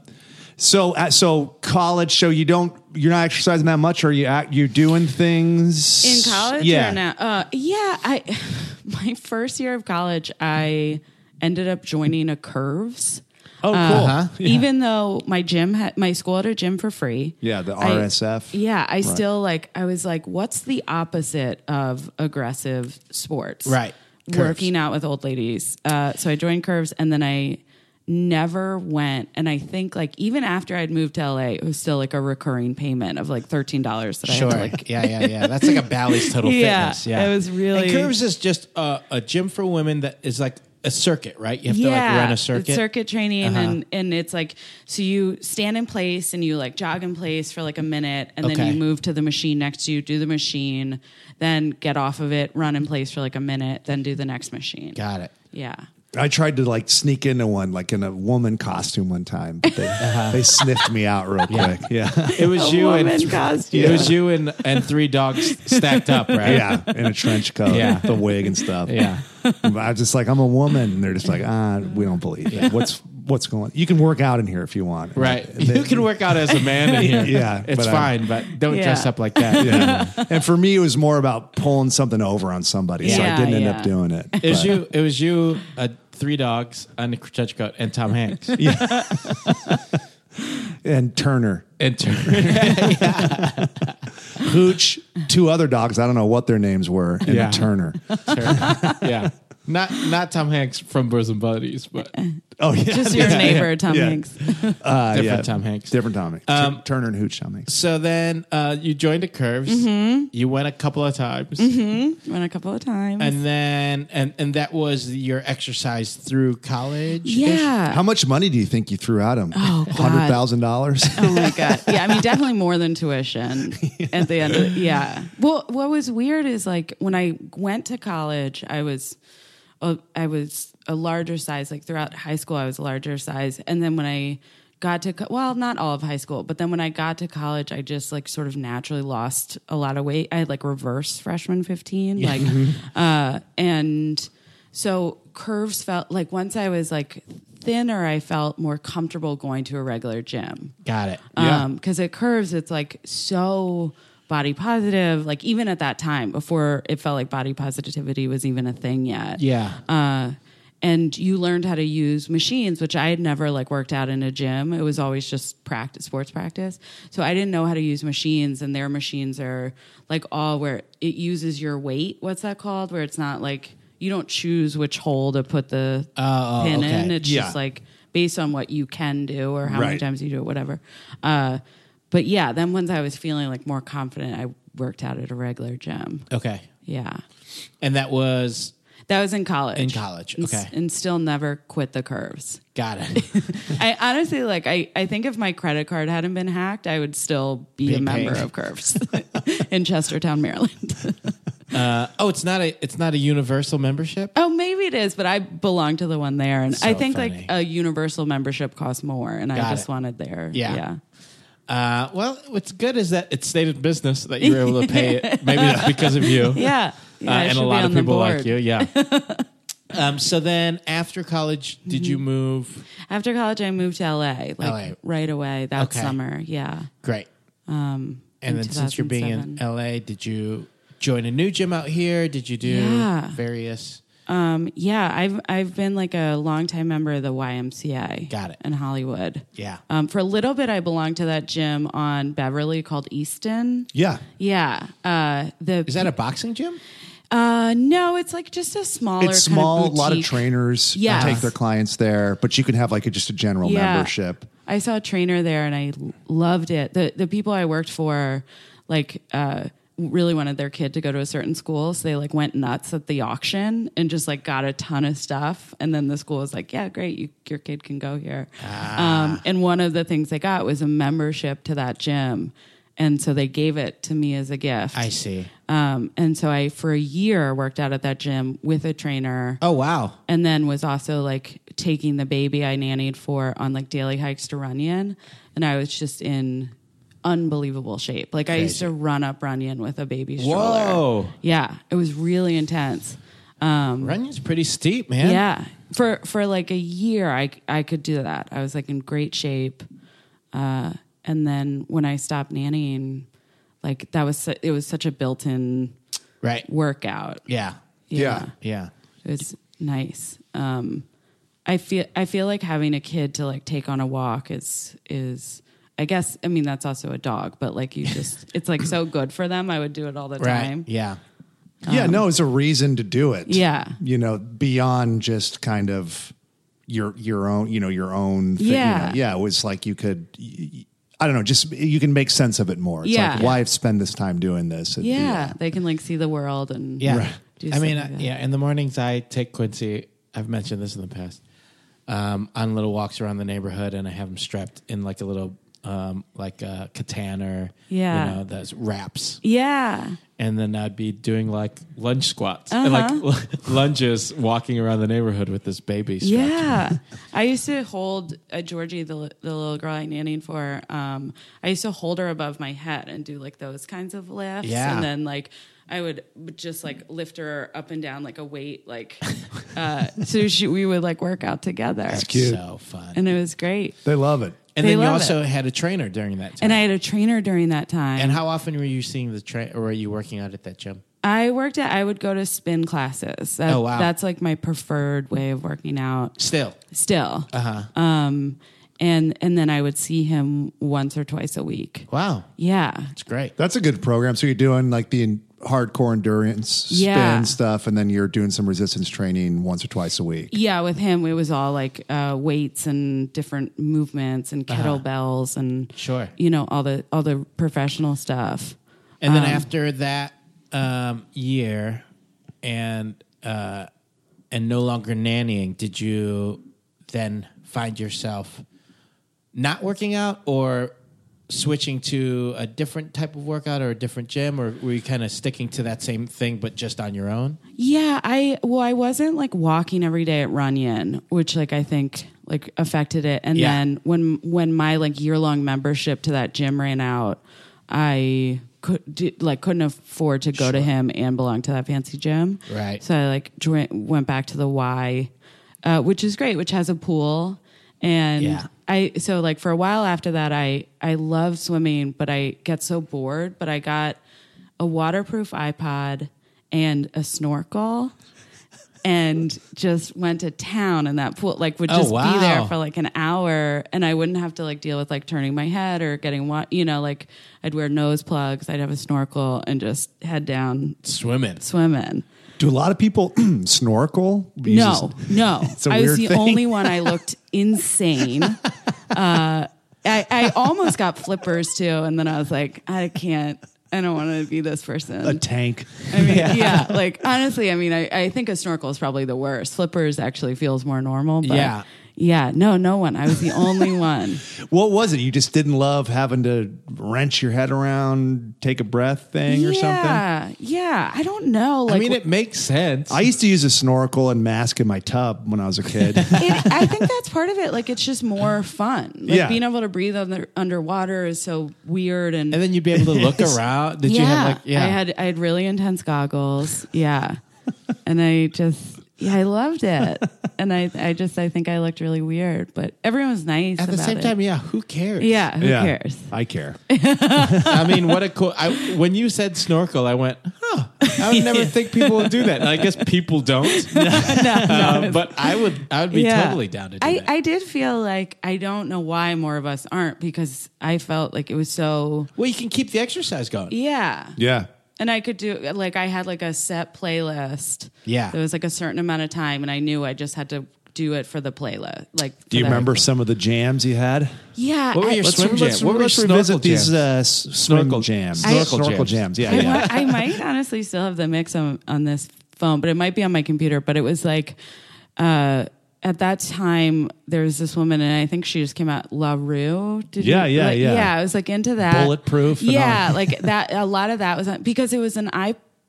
Speaker 3: So, uh, so college. So you don't. You're not exercising that much, or you act, you doing things
Speaker 4: in college
Speaker 3: Yeah.
Speaker 4: or now? Uh, yeah, I my first year of college, I ended up joining a Curves. Uh,
Speaker 3: Oh, cool.
Speaker 4: Even though my gym, had, my school had a gym for free.
Speaker 3: Yeah, the
Speaker 4: I-
Speaker 3: RSF.
Speaker 4: yeah, I still like. I was like, what's the opposite of aggressive sports?
Speaker 2: Right. Curves.
Speaker 4: Working out with old ladies. Uh, so I joined Curves, and then I never went. And I think like even after I'd moved to LA, it was still like a recurring payment of like thirteen dollars that I had to like
Speaker 2: yeah, yeah, yeah. That's like a Bally's Total
Speaker 4: Yeah,
Speaker 2: Fitness. Yeah.
Speaker 4: it was really-
Speaker 2: And Curves is just a, a gym for women that is like a circuit, right? You have to
Speaker 4: yeah,
Speaker 2: like run a
Speaker 4: it's
Speaker 2: circuit. Uh-huh.
Speaker 4: circuit training, and and it's like so you stand in place and you like jog in place for like a minute, and
Speaker 2: Okay.
Speaker 4: then you move to the machine next to you, do the machine, then get off of it, run in place for like a minute, then do the next machine.
Speaker 2: Got it.
Speaker 4: yeah.
Speaker 3: I tried to like sneak into one, like in a woman costume one time. But they,
Speaker 2: Uh-huh.
Speaker 3: they sniffed me out real quick. Yeah,
Speaker 2: It was you
Speaker 4: woman
Speaker 2: and
Speaker 4: costume.
Speaker 2: it was you and, and three dogs stacked up, right?
Speaker 3: yeah, in a trench coat,
Speaker 2: Yeah.
Speaker 3: the wig and stuff.
Speaker 2: Yeah.
Speaker 3: But I was just like, I'm a woman, and they're just like, ah, we don't believe it. What's what's going? on? You can work out in here if you want.
Speaker 2: Right.
Speaker 3: And they-
Speaker 2: You can work out as a man in here.
Speaker 3: Yeah,
Speaker 2: It's
Speaker 3: but
Speaker 2: fine,
Speaker 3: I'm-
Speaker 2: but don't
Speaker 4: Yeah.
Speaker 2: dress up like that.
Speaker 3: Yeah. and for me, it was more about pulling something over on somebody, so I
Speaker 4: Yeah,
Speaker 3: didn't end
Speaker 4: yeah.
Speaker 3: up doing it.
Speaker 2: It was
Speaker 3: But-
Speaker 2: you. It was you. Uh, three dogs on the trench coat and Tom Hanks.
Speaker 3: and Turner,
Speaker 2: And Turner.
Speaker 3: Hooch, two other dogs. I don't know what their names were, and
Speaker 2: Yeah.
Speaker 3: Turner.
Speaker 2: Turner. Yeah. Not not Tom Hanks from Bosom Buddies, but
Speaker 3: Oh yeah,
Speaker 4: Just your
Speaker 3: Yeah,
Speaker 4: neighbor,
Speaker 3: yeah,
Speaker 4: Tom
Speaker 3: yeah.
Speaker 4: Hanks.
Speaker 3: Uh,
Speaker 2: Different Tom Hanks. Um,
Speaker 3: Different Tom Hanks. Tur- Turner and Hooch Tom Hanks.
Speaker 2: So then uh, you joined a Curves. You went a couple of times,
Speaker 4: Went a couple of times.
Speaker 2: and then and and that was your exercise through college.
Speaker 4: yeah.
Speaker 3: How much money do you think you threw at him?
Speaker 4: Oh, God.
Speaker 3: hundred thousand dollars.
Speaker 4: Oh my god! Yeah, I mean, definitely more than tuition at the end. of the, Yeah. Well, what was weird is like when I went to college, I was, a, I was a larger size. Like throughout high school, I was a larger size, and then when I got to co- well, not all of high school, but then when I got to college, I just like sort of naturally lost a lot of weight. I had like reverse freshman fifteen, like, uh, and so curves felt like once I was like thinner, I felt more comfortable going to a regular gym
Speaker 2: Got it. Uh-huh.
Speaker 3: Yeah.
Speaker 4: because Um, it curves it's like so body positive like even at that time before it felt like body positivity was even a thing yet
Speaker 2: Yeah.
Speaker 4: uh, and you learned how to use machines which i had never like worked out in a gym it was always just practice sports practice so i didn't know how to use machines and their machines are like all where it uses your weight what's that called where it's not like you don't choose which hole to put the
Speaker 2: Oh, oh,
Speaker 4: pin in
Speaker 2: okay.
Speaker 4: it's
Speaker 3: Yeah.
Speaker 4: just like based on what you can do or how many
Speaker 3: Right.
Speaker 4: times you do it, whatever. Uh, but yeah, then once I was feeling like more confident, I worked out at a regular gym.
Speaker 2: Okay.
Speaker 4: Yeah.
Speaker 2: And that was
Speaker 4: That was in college.
Speaker 2: In college,
Speaker 4: And s-
Speaker 2: okay.
Speaker 4: And, still never quit the curves.
Speaker 2: got it.
Speaker 4: I honestly like I, I think if my credit card hadn't been hacked, I would still be
Speaker 2: Being
Speaker 4: a member
Speaker 2: paid.
Speaker 4: of Curves in Chestertown, Maryland.
Speaker 2: oh, it's not a it's not a universal membership.
Speaker 4: Oh, maybe it is, but I belong to the one there. And
Speaker 2: So
Speaker 4: I think
Speaker 2: funny.
Speaker 4: like a universal membership costs more and I
Speaker 2: Got
Speaker 4: just
Speaker 2: it.
Speaker 4: wanted there.
Speaker 2: Yeah.
Speaker 4: Yeah.
Speaker 2: Uh, well, what's good is that it stayed in business that you were able to pay it. Maybe it's because of you.
Speaker 4: Yeah.
Speaker 2: Uh,
Speaker 4: Yeah, I
Speaker 2: and
Speaker 4: should
Speaker 2: a
Speaker 4: be
Speaker 2: lot of
Speaker 4: on the
Speaker 2: people like
Speaker 4: board.
Speaker 2: you. Yeah. um, so then after college, did
Speaker 4: Mm-hmm.
Speaker 2: you move?
Speaker 4: After college, I moved to LA, like
Speaker 2: LA.
Speaker 4: right away that
Speaker 2: Okay.
Speaker 4: summer. Yeah.
Speaker 2: Great. and
Speaker 4: Um, in
Speaker 2: then since you're being in
Speaker 4: 2007.
Speaker 2: LA, did you join a new gym out here? Did you do
Speaker 4: Yeah.
Speaker 2: various?
Speaker 4: Um, yeah, I've I've been like a longtime member of the YMCA.
Speaker 2: Got it.
Speaker 4: In Hollywood.
Speaker 2: Yeah.
Speaker 4: Um, for a little bit, I belonged to that gym on Beverly called Easton.
Speaker 3: yeah,
Speaker 4: Yeah. Uh, the
Speaker 2: Is that a boxing gym?
Speaker 4: uh, no, it's like just a smaller.
Speaker 3: it's small.
Speaker 4: Kind
Speaker 3: A lot of
Speaker 4: boutique.
Speaker 3: trainers uh,
Speaker 4: Yes.
Speaker 3: take their clients there, but you can have like a, just a general membership.
Speaker 4: I saw a trainer there and I l- loved it. The the people I worked for like uh really wanted their kid to go to a certain school so they like went nuts at the auction and just like got a ton of stuff and then the school was like yeah great you, your kid can go here um, and one of the things they got was a membership to that gym and so they gave it to me as a gift
Speaker 2: I see.
Speaker 4: um, and so i for a year worked out at that gym with a trainer
Speaker 2: Oh wow.
Speaker 4: and then was also like taking the baby I nannied for on like daily hikes to Runyon, and I was just in unbelievable shape. Like I used to run up Runyon with a baby stroller.
Speaker 2: Whoa.
Speaker 4: Yeah, it was really intense. Um,
Speaker 2: Runyon's pretty steep, man.
Speaker 4: yeah, for for like a year, I I could do that. I was like in great shape, uh, and then when I stopped nannying, like that was su- it was such a built-in
Speaker 2: Right.
Speaker 4: workout.
Speaker 2: Yeah.
Speaker 3: Yeah.
Speaker 2: Yeah.
Speaker 4: It was nice. Um, I feel I feel like having a kid to like take on a walk is is I guess I mean that's also a dog, but like you just it's like so good for them. I would do it all the
Speaker 2: Right.
Speaker 4: time.
Speaker 2: Yeah.
Speaker 3: yeah, no, it's a reason to do it.
Speaker 4: Um, Yeah.
Speaker 3: you know, beyond just kind of your your own, you know, your own. Thing, you
Speaker 4: Yeah.
Speaker 3: know. yeah. It was like you could. y- y- I don't know. Just you can make sense of it more. It's
Speaker 4: Yeah.
Speaker 3: like, why spend this time doing this? It-
Speaker 4: Yeah, they can like see the world and
Speaker 2: Yeah.
Speaker 4: do
Speaker 2: I
Speaker 4: stuff
Speaker 2: mean,
Speaker 4: like
Speaker 2: I,
Speaker 4: that.
Speaker 2: yeah. In the mornings, I take Quincy. I've mentioned this in the past. Um, on little walks around the neighborhood, and I have him strapped in like a little, um, like a katan or
Speaker 4: Yeah.
Speaker 2: you know, those wraps.
Speaker 4: yeah,
Speaker 2: And then I'd be doing like lunge squats and
Speaker 4: Uh-huh.
Speaker 2: like lunges, walking around the neighborhood with this baby. strapped to me.
Speaker 4: yeah. I used to hold uh, Georgie, the li- the little girl I nannied for. Um, I used to hold her above my head and do like those kinds of lifts,
Speaker 2: Yeah.
Speaker 4: and then like I would just like lift her up and down like a weight, like uh, so she, we would like work out together,
Speaker 3: cute.
Speaker 2: So fun.
Speaker 4: and it was great.
Speaker 3: they love it.
Speaker 2: And
Speaker 4: They
Speaker 2: then you
Speaker 4: love
Speaker 2: also had a trainer during that time. And,
Speaker 4: And I had a trainer during that time.
Speaker 2: how often were you seeing the train or were you working out at that gym?
Speaker 4: I worked at. I would go to spin classes. That-
Speaker 2: Oh, wow.
Speaker 4: That's like my preferred way of working out.
Speaker 2: Still.
Speaker 4: Still. Um, and and then I would see him once or twice a week.
Speaker 2: Wow.
Speaker 4: Yeah.
Speaker 2: It's great.
Speaker 3: That's a good program. So you're doing like the hardcore endurance
Speaker 4: Yeah.
Speaker 3: spin stuff, and then you're doing some resistance training once or twice a week.
Speaker 4: Yeah, with him, it was all like uh, weights and different movements and kettlebells and
Speaker 5: Sure.
Speaker 4: you know, all the all the professional stuff.
Speaker 5: And then after that um, year, and uh, and no longer nannying, did you then find yourself not working out or switching to a different type of workout or a different gym, or were you kind of sticking to that same thing but just on your own?
Speaker 4: Yeah, I well, I wasn't like walking every day at Runyon, which like I think like affected it. And
Speaker 5: Yeah.
Speaker 4: then when when my like year long membership to that gym ran out, I could did, like couldn't afford to go to him and belong to that fancy gym.
Speaker 5: Right.
Speaker 4: So I like joined, went back to the Y, uh, which is great, which has a pool and
Speaker 5: Yeah.
Speaker 4: I so like for a while after that I I love swimming but I get so bored but I got a waterproof iPod and a snorkel and just went to town in that pool like would
Speaker 5: Oh,
Speaker 4: just be there
Speaker 5: wow.
Speaker 4: for like an hour and I wouldn't have to like deal with like turning my head or getting what you know like I'd wear nose plugs I'd have a snorkel and just head down
Speaker 5: Swimming.
Speaker 4: swimming
Speaker 3: Do a lot of people snorkel? You
Speaker 4: no,
Speaker 3: just-
Speaker 4: no.
Speaker 3: It's a
Speaker 4: I was
Speaker 3: weird
Speaker 4: the
Speaker 3: thing.
Speaker 4: only one. I looked insane. Uh, I, I almost got flippers too, and then I was like, I can't. I don't want to be this person.
Speaker 3: a tank.
Speaker 4: I mean, yeah. Like honestly, I mean, I, I think a snorkel is probably the worst. Flippers actually feels more normal. But
Speaker 5: Yeah.
Speaker 4: Yeah. No, no one. I was the only one.
Speaker 3: What was it? You just didn't love having to wrench your head around, take a breath thing or something?
Speaker 4: yeah. Yeah. I don't know. Like,
Speaker 5: I mean, it makes sense.
Speaker 3: I used to use a snorkel and mask in my tub when I was a kid.
Speaker 4: it, I think that's part of it. Like, it's just more fun. Like,
Speaker 3: Yeah.
Speaker 4: being able to breathe under, underwater is so weird. And,
Speaker 5: and then you'd be able to look around. Did
Speaker 4: yeah.
Speaker 5: you have like yeah?
Speaker 4: I had I had really intense goggles. Yeah. and I just yeah, I loved it. And I I just I think I looked really weird, but everyone was nice
Speaker 5: at the
Speaker 4: about
Speaker 5: same
Speaker 4: it.
Speaker 5: time, yeah. Who cares?
Speaker 4: yeah, who
Speaker 3: Yeah.
Speaker 4: cares?
Speaker 3: I care.
Speaker 5: I mean, what a cool. I, when you said snorkel, I went, huh. I would never think people would do that. And I guess people don't.
Speaker 2: Um,
Speaker 5: Uh, but I would. I would be totally down to do
Speaker 4: I,
Speaker 5: that.
Speaker 4: I did feel like I don't know why more of us aren't because I felt like it was so
Speaker 5: well, you can keep the exercise going.
Speaker 4: yeah.
Speaker 3: Yeah.
Speaker 4: And I could do like I had like a set playlist.
Speaker 5: Yeah.
Speaker 4: There was like a certain amount of time and I knew I just had to do it for the playlist. Like for
Speaker 3: Do you
Speaker 4: that-
Speaker 3: remember some of the jams you had?
Speaker 4: Yeah.
Speaker 5: What were
Speaker 4: I-
Speaker 5: your
Speaker 3: Let's,
Speaker 5: swim
Speaker 3: let's,
Speaker 5: jam? What were
Speaker 3: let's
Speaker 5: your
Speaker 3: revisit
Speaker 5: snorkel
Speaker 3: these
Speaker 5: jams?
Speaker 3: uh, s- snorkel
Speaker 5: Snorkel-
Speaker 3: jams.
Speaker 5: snorkel
Speaker 3: snorkel jams.
Speaker 5: jams.
Speaker 3: Yeah,
Speaker 4: I,
Speaker 3: yeah.
Speaker 4: mi- I might honestly still have the mix on, on this phone, but it might be on my computer. But it was like uh, at that time there was this woman, and I think she just came out La Rue. Did
Speaker 3: Yeah,
Speaker 4: you-
Speaker 3: yeah,
Speaker 4: like-
Speaker 3: yeah.
Speaker 4: Yeah, I was like into that
Speaker 3: Bulletproof and
Speaker 4: Yeah,
Speaker 3: all.
Speaker 4: like that. A lot of that was on, because it was an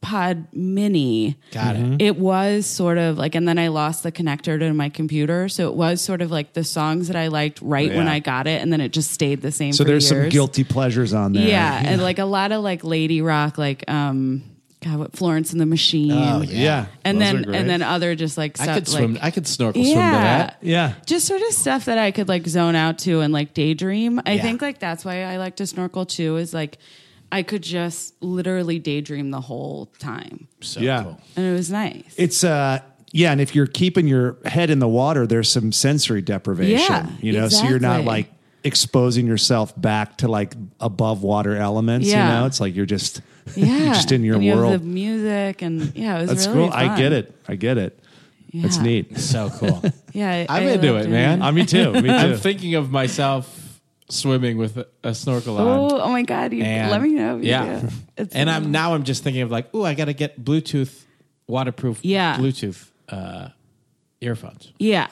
Speaker 4: iPod Mini. Mm-hmm.
Speaker 5: Got it.
Speaker 4: It was sort of like, and then I lost the connector to my computer, so it was sort of like the songs that I liked right when
Speaker 3: Yeah.
Speaker 4: I got it, and then it just stayed the same.
Speaker 3: So
Speaker 4: for
Speaker 3: there's some
Speaker 4: years.
Speaker 3: guilty pleasures on there.
Speaker 4: Yeah, and like a lot of like lady rock, like um, God, what Florence and the Machine.
Speaker 5: Oh,
Speaker 3: Yeah.
Speaker 4: And
Speaker 3: Those are
Speaker 4: then
Speaker 3: great.
Speaker 4: and then other just like stuff
Speaker 5: I could
Speaker 4: like
Speaker 5: swim. I could snorkel
Speaker 4: yeah,
Speaker 5: swim to that.
Speaker 3: Yeah.
Speaker 4: just sort of stuff that I could like zone out to and like daydream. I
Speaker 5: Yeah.
Speaker 4: think like that's why I like to snorkel too. Is like I could just literally daydream the whole time,
Speaker 5: So
Speaker 3: Yeah.
Speaker 5: cool.
Speaker 4: and it was nice.
Speaker 3: It's uh yeah, and if you're keeping your head in the water, there's some sensory deprivation.
Speaker 4: Yeah,
Speaker 3: you know, so you're not
Speaker 4: exactly.
Speaker 3: like exposing yourself back to like above water elements.
Speaker 4: Yeah.
Speaker 3: You know, it's like you're just
Speaker 4: yeah,
Speaker 3: you're just in your
Speaker 4: and you have
Speaker 3: world.
Speaker 4: the music, and yeah, it was
Speaker 3: That's
Speaker 4: really
Speaker 3: cool. I
Speaker 4: fun.
Speaker 3: get it. I get it. That's
Speaker 4: Yeah.
Speaker 3: neat.
Speaker 5: So cool.
Speaker 4: Yeah, I,
Speaker 5: I'm
Speaker 4: I
Speaker 5: into
Speaker 4: loved
Speaker 5: it, man.
Speaker 3: I me too. Me too.
Speaker 5: I'm thinking of myself swimming with a, a snorkel on.
Speaker 4: Oh, oh my God! You,
Speaker 5: And-
Speaker 4: let me know. If you
Speaker 5: yeah.
Speaker 4: do. It's
Speaker 5: and I'm now. I'm just thinking of like, oh, I got to get Bluetooth, waterproof.
Speaker 4: Yeah.
Speaker 5: Bluetooth uh, earphones.
Speaker 4: yeah,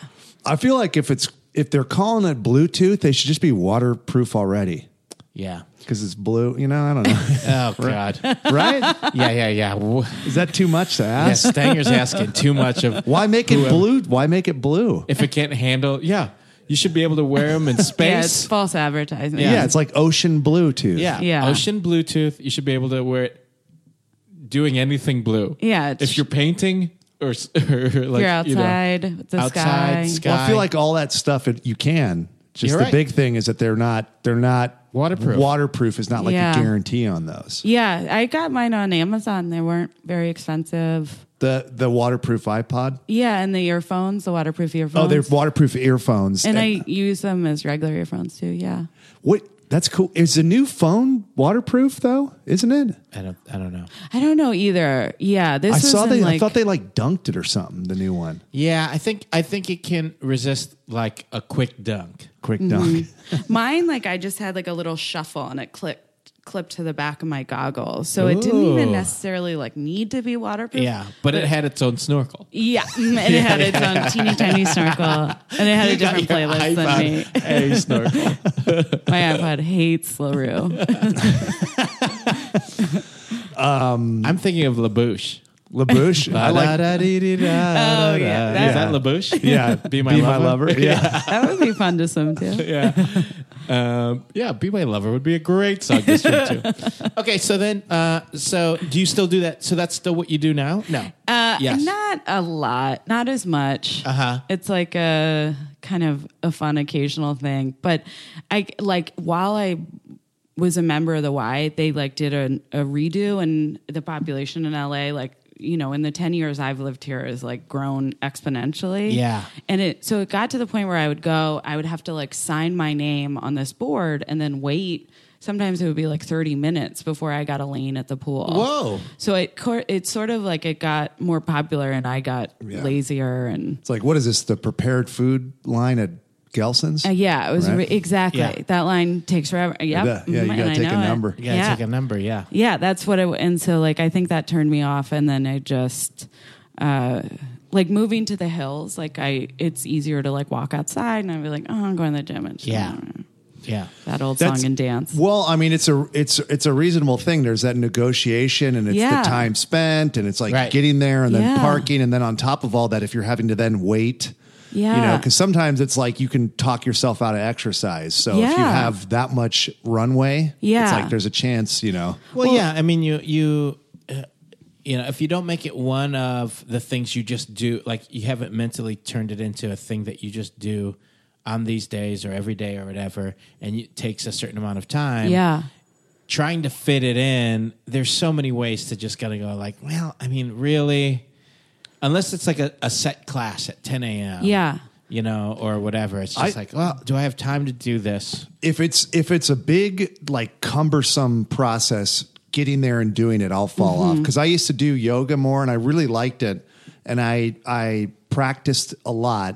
Speaker 3: I feel like if it's if they're calling it Bluetooth, they should just be waterproof already.
Speaker 5: Yeah.
Speaker 3: Because it's blue, you know, I don't know.
Speaker 5: Oh God.
Speaker 3: right?
Speaker 5: yeah, yeah, yeah. W-
Speaker 3: Is that too much to
Speaker 5: Yeah,
Speaker 3: ask?
Speaker 5: Stanger's asking too much of
Speaker 3: Why make it
Speaker 5: Whoever.
Speaker 3: blue? Why make it blue?
Speaker 5: if it can't handle. Yeah, you should be able to wear them in
Speaker 4: yeah. It's
Speaker 5: space.
Speaker 4: false advertisement.
Speaker 3: Yeah, it's like ocean Bluetooth.
Speaker 5: yeah,
Speaker 4: Yeah.
Speaker 5: Ocean Bluetooth. You should be able to wear it doing anything blue.
Speaker 4: Yeah, it's-
Speaker 5: if you're painting or, s- or like
Speaker 4: You're
Speaker 5: you know,
Speaker 4: outside with the
Speaker 5: outside
Speaker 4: sky.
Speaker 3: Well, I feel
Speaker 5: sky.
Speaker 3: like all that stuff it, you can. Just
Speaker 5: You're
Speaker 3: the
Speaker 5: right.
Speaker 3: big thing is that they're not they're not
Speaker 5: Waterproof.
Speaker 3: Waterproof is not like
Speaker 4: Yeah.
Speaker 3: a guarantee on those.
Speaker 4: Yeah, I got mine on Amazon. They weren't very expensive.
Speaker 3: The the waterproof iPod.
Speaker 4: Yeah, and the earphones, the waterproof earphones.
Speaker 3: Oh, they're waterproof earphones.
Speaker 4: and I use them as regular earphones too. Yeah.
Speaker 3: what That's cool. Is the new phone waterproof though? Isn't it?
Speaker 5: I don't. I don't know.
Speaker 4: I don't know either. Yeah, this
Speaker 3: I
Speaker 4: was
Speaker 3: saw
Speaker 4: in
Speaker 3: they.
Speaker 4: like
Speaker 3: I thought they like dunked it or something. The new one,
Speaker 5: Yeah, I think I think it can resist like a quick dunk.
Speaker 3: quick
Speaker 4: Mm-hmm.
Speaker 3: dunk.
Speaker 4: mine. Like I just had like a little shuffle and it clipped clipped to the back of my goggle, so it didn't even
Speaker 5: Ooh.
Speaker 4: necessarily like need to be waterproof.
Speaker 5: Yeah, but it had its own snorkel.
Speaker 4: Yeah, mm, and it had its own teeny tiny snorkel, and it had a different playlist than me.
Speaker 5: Hey, snorkel.
Speaker 4: My iPod hates LaRue.
Speaker 5: I'm thinking of LaBouche.
Speaker 3: Labouche. I like.
Speaker 4: Oh yeah, that,
Speaker 5: Is that LaBouche?
Speaker 3: Yeah,
Speaker 5: Uh, Be My Lover?
Speaker 3: Yeah,
Speaker 4: that would be fun to some too.
Speaker 5: Um, yeah, Be My Lover would be a great song this week too. okay, so then, uh, so do you still do that? So that's still what you do now? No.
Speaker 4: Uh,
Speaker 5: Yes.
Speaker 4: Not a lot, not as much.
Speaker 5: Uh-huh.
Speaker 4: It's like a kind of a fun occasional thing. But I like while I was a member of the Y, they like did a, a redo, and the population in LA, like you know, in the ten years I've lived here, has like grown exponentially.
Speaker 5: Yeah.
Speaker 4: And it so it got to the point where I would go, I would have to like sign my name on this board and then wait. Sometimes it would be like 30 minutes before I got a lane at the pool.
Speaker 5: Whoa.
Speaker 4: So it cor- it's sort of like it got more popular and I got
Speaker 3: Yeah.
Speaker 4: lazier and
Speaker 3: it's like what is this? The prepared food line at Gelson's.
Speaker 4: Uh, yeah, it was
Speaker 3: Right.
Speaker 4: re- exactly
Speaker 5: Yeah.
Speaker 4: that line takes forever. Yep.
Speaker 3: Yeah, yeah, you
Speaker 4: Mhm,
Speaker 3: gotta
Speaker 4: and I
Speaker 3: take a
Speaker 4: know it.
Speaker 3: number.
Speaker 5: You gotta take a number, yeah.
Speaker 4: yeah, that's what it w- and so like I think that turned me off and then I just uh like moving to the hills, like I it's easier to like walk outside and I'd be like, Oh, I'm going to the gym and shit.
Speaker 5: Yeah. Yeah.
Speaker 4: That old
Speaker 3: That's-
Speaker 4: song and dance.
Speaker 3: Well, I mean, it's a it's it's a reasonable thing. There's that negotiation, and it's
Speaker 4: Yeah.
Speaker 3: the time spent, and it's like
Speaker 5: Right.
Speaker 3: getting there, and then
Speaker 4: Yeah.
Speaker 3: parking, and then on top of all that, if you're having to then wait, you know,
Speaker 4: Yeah.
Speaker 3: because sometimes it's like you can talk yourself out of exercise. So if you
Speaker 4: Yeah.
Speaker 3: have that much runway, it's
Speaker 4: Yeah.
Speaker 3: like there's a chance, you know.
Speaker 5: Well, yeah. I mean, you you uh, you know, if you don't make it one of the things you just do, like you haven't mentally turned it into a thing that you just do on these days or every day or whatever, and it takes a certain amount of time.
Speaker 4: Yeah.
Speaker 5: Trying to fit it in, there's so many ways to just gotta go. Like, well, I mean, really, unless it's like a, a set class at 10 a.m.
Speaker 4: Yeah.
Speaker 5: You know, or whatever. It's just
Speaker 3: I-
Speaker 5: like, well, do I have time to do this?
Speaker 3: If it's if it's a big like cumbersome process, getting there and doing it, I'll fall off.
Speaker 4: Mm-hmm.
Speaker 3: Because I used to do yoga more, and I really liked it, and I I practiced a lot.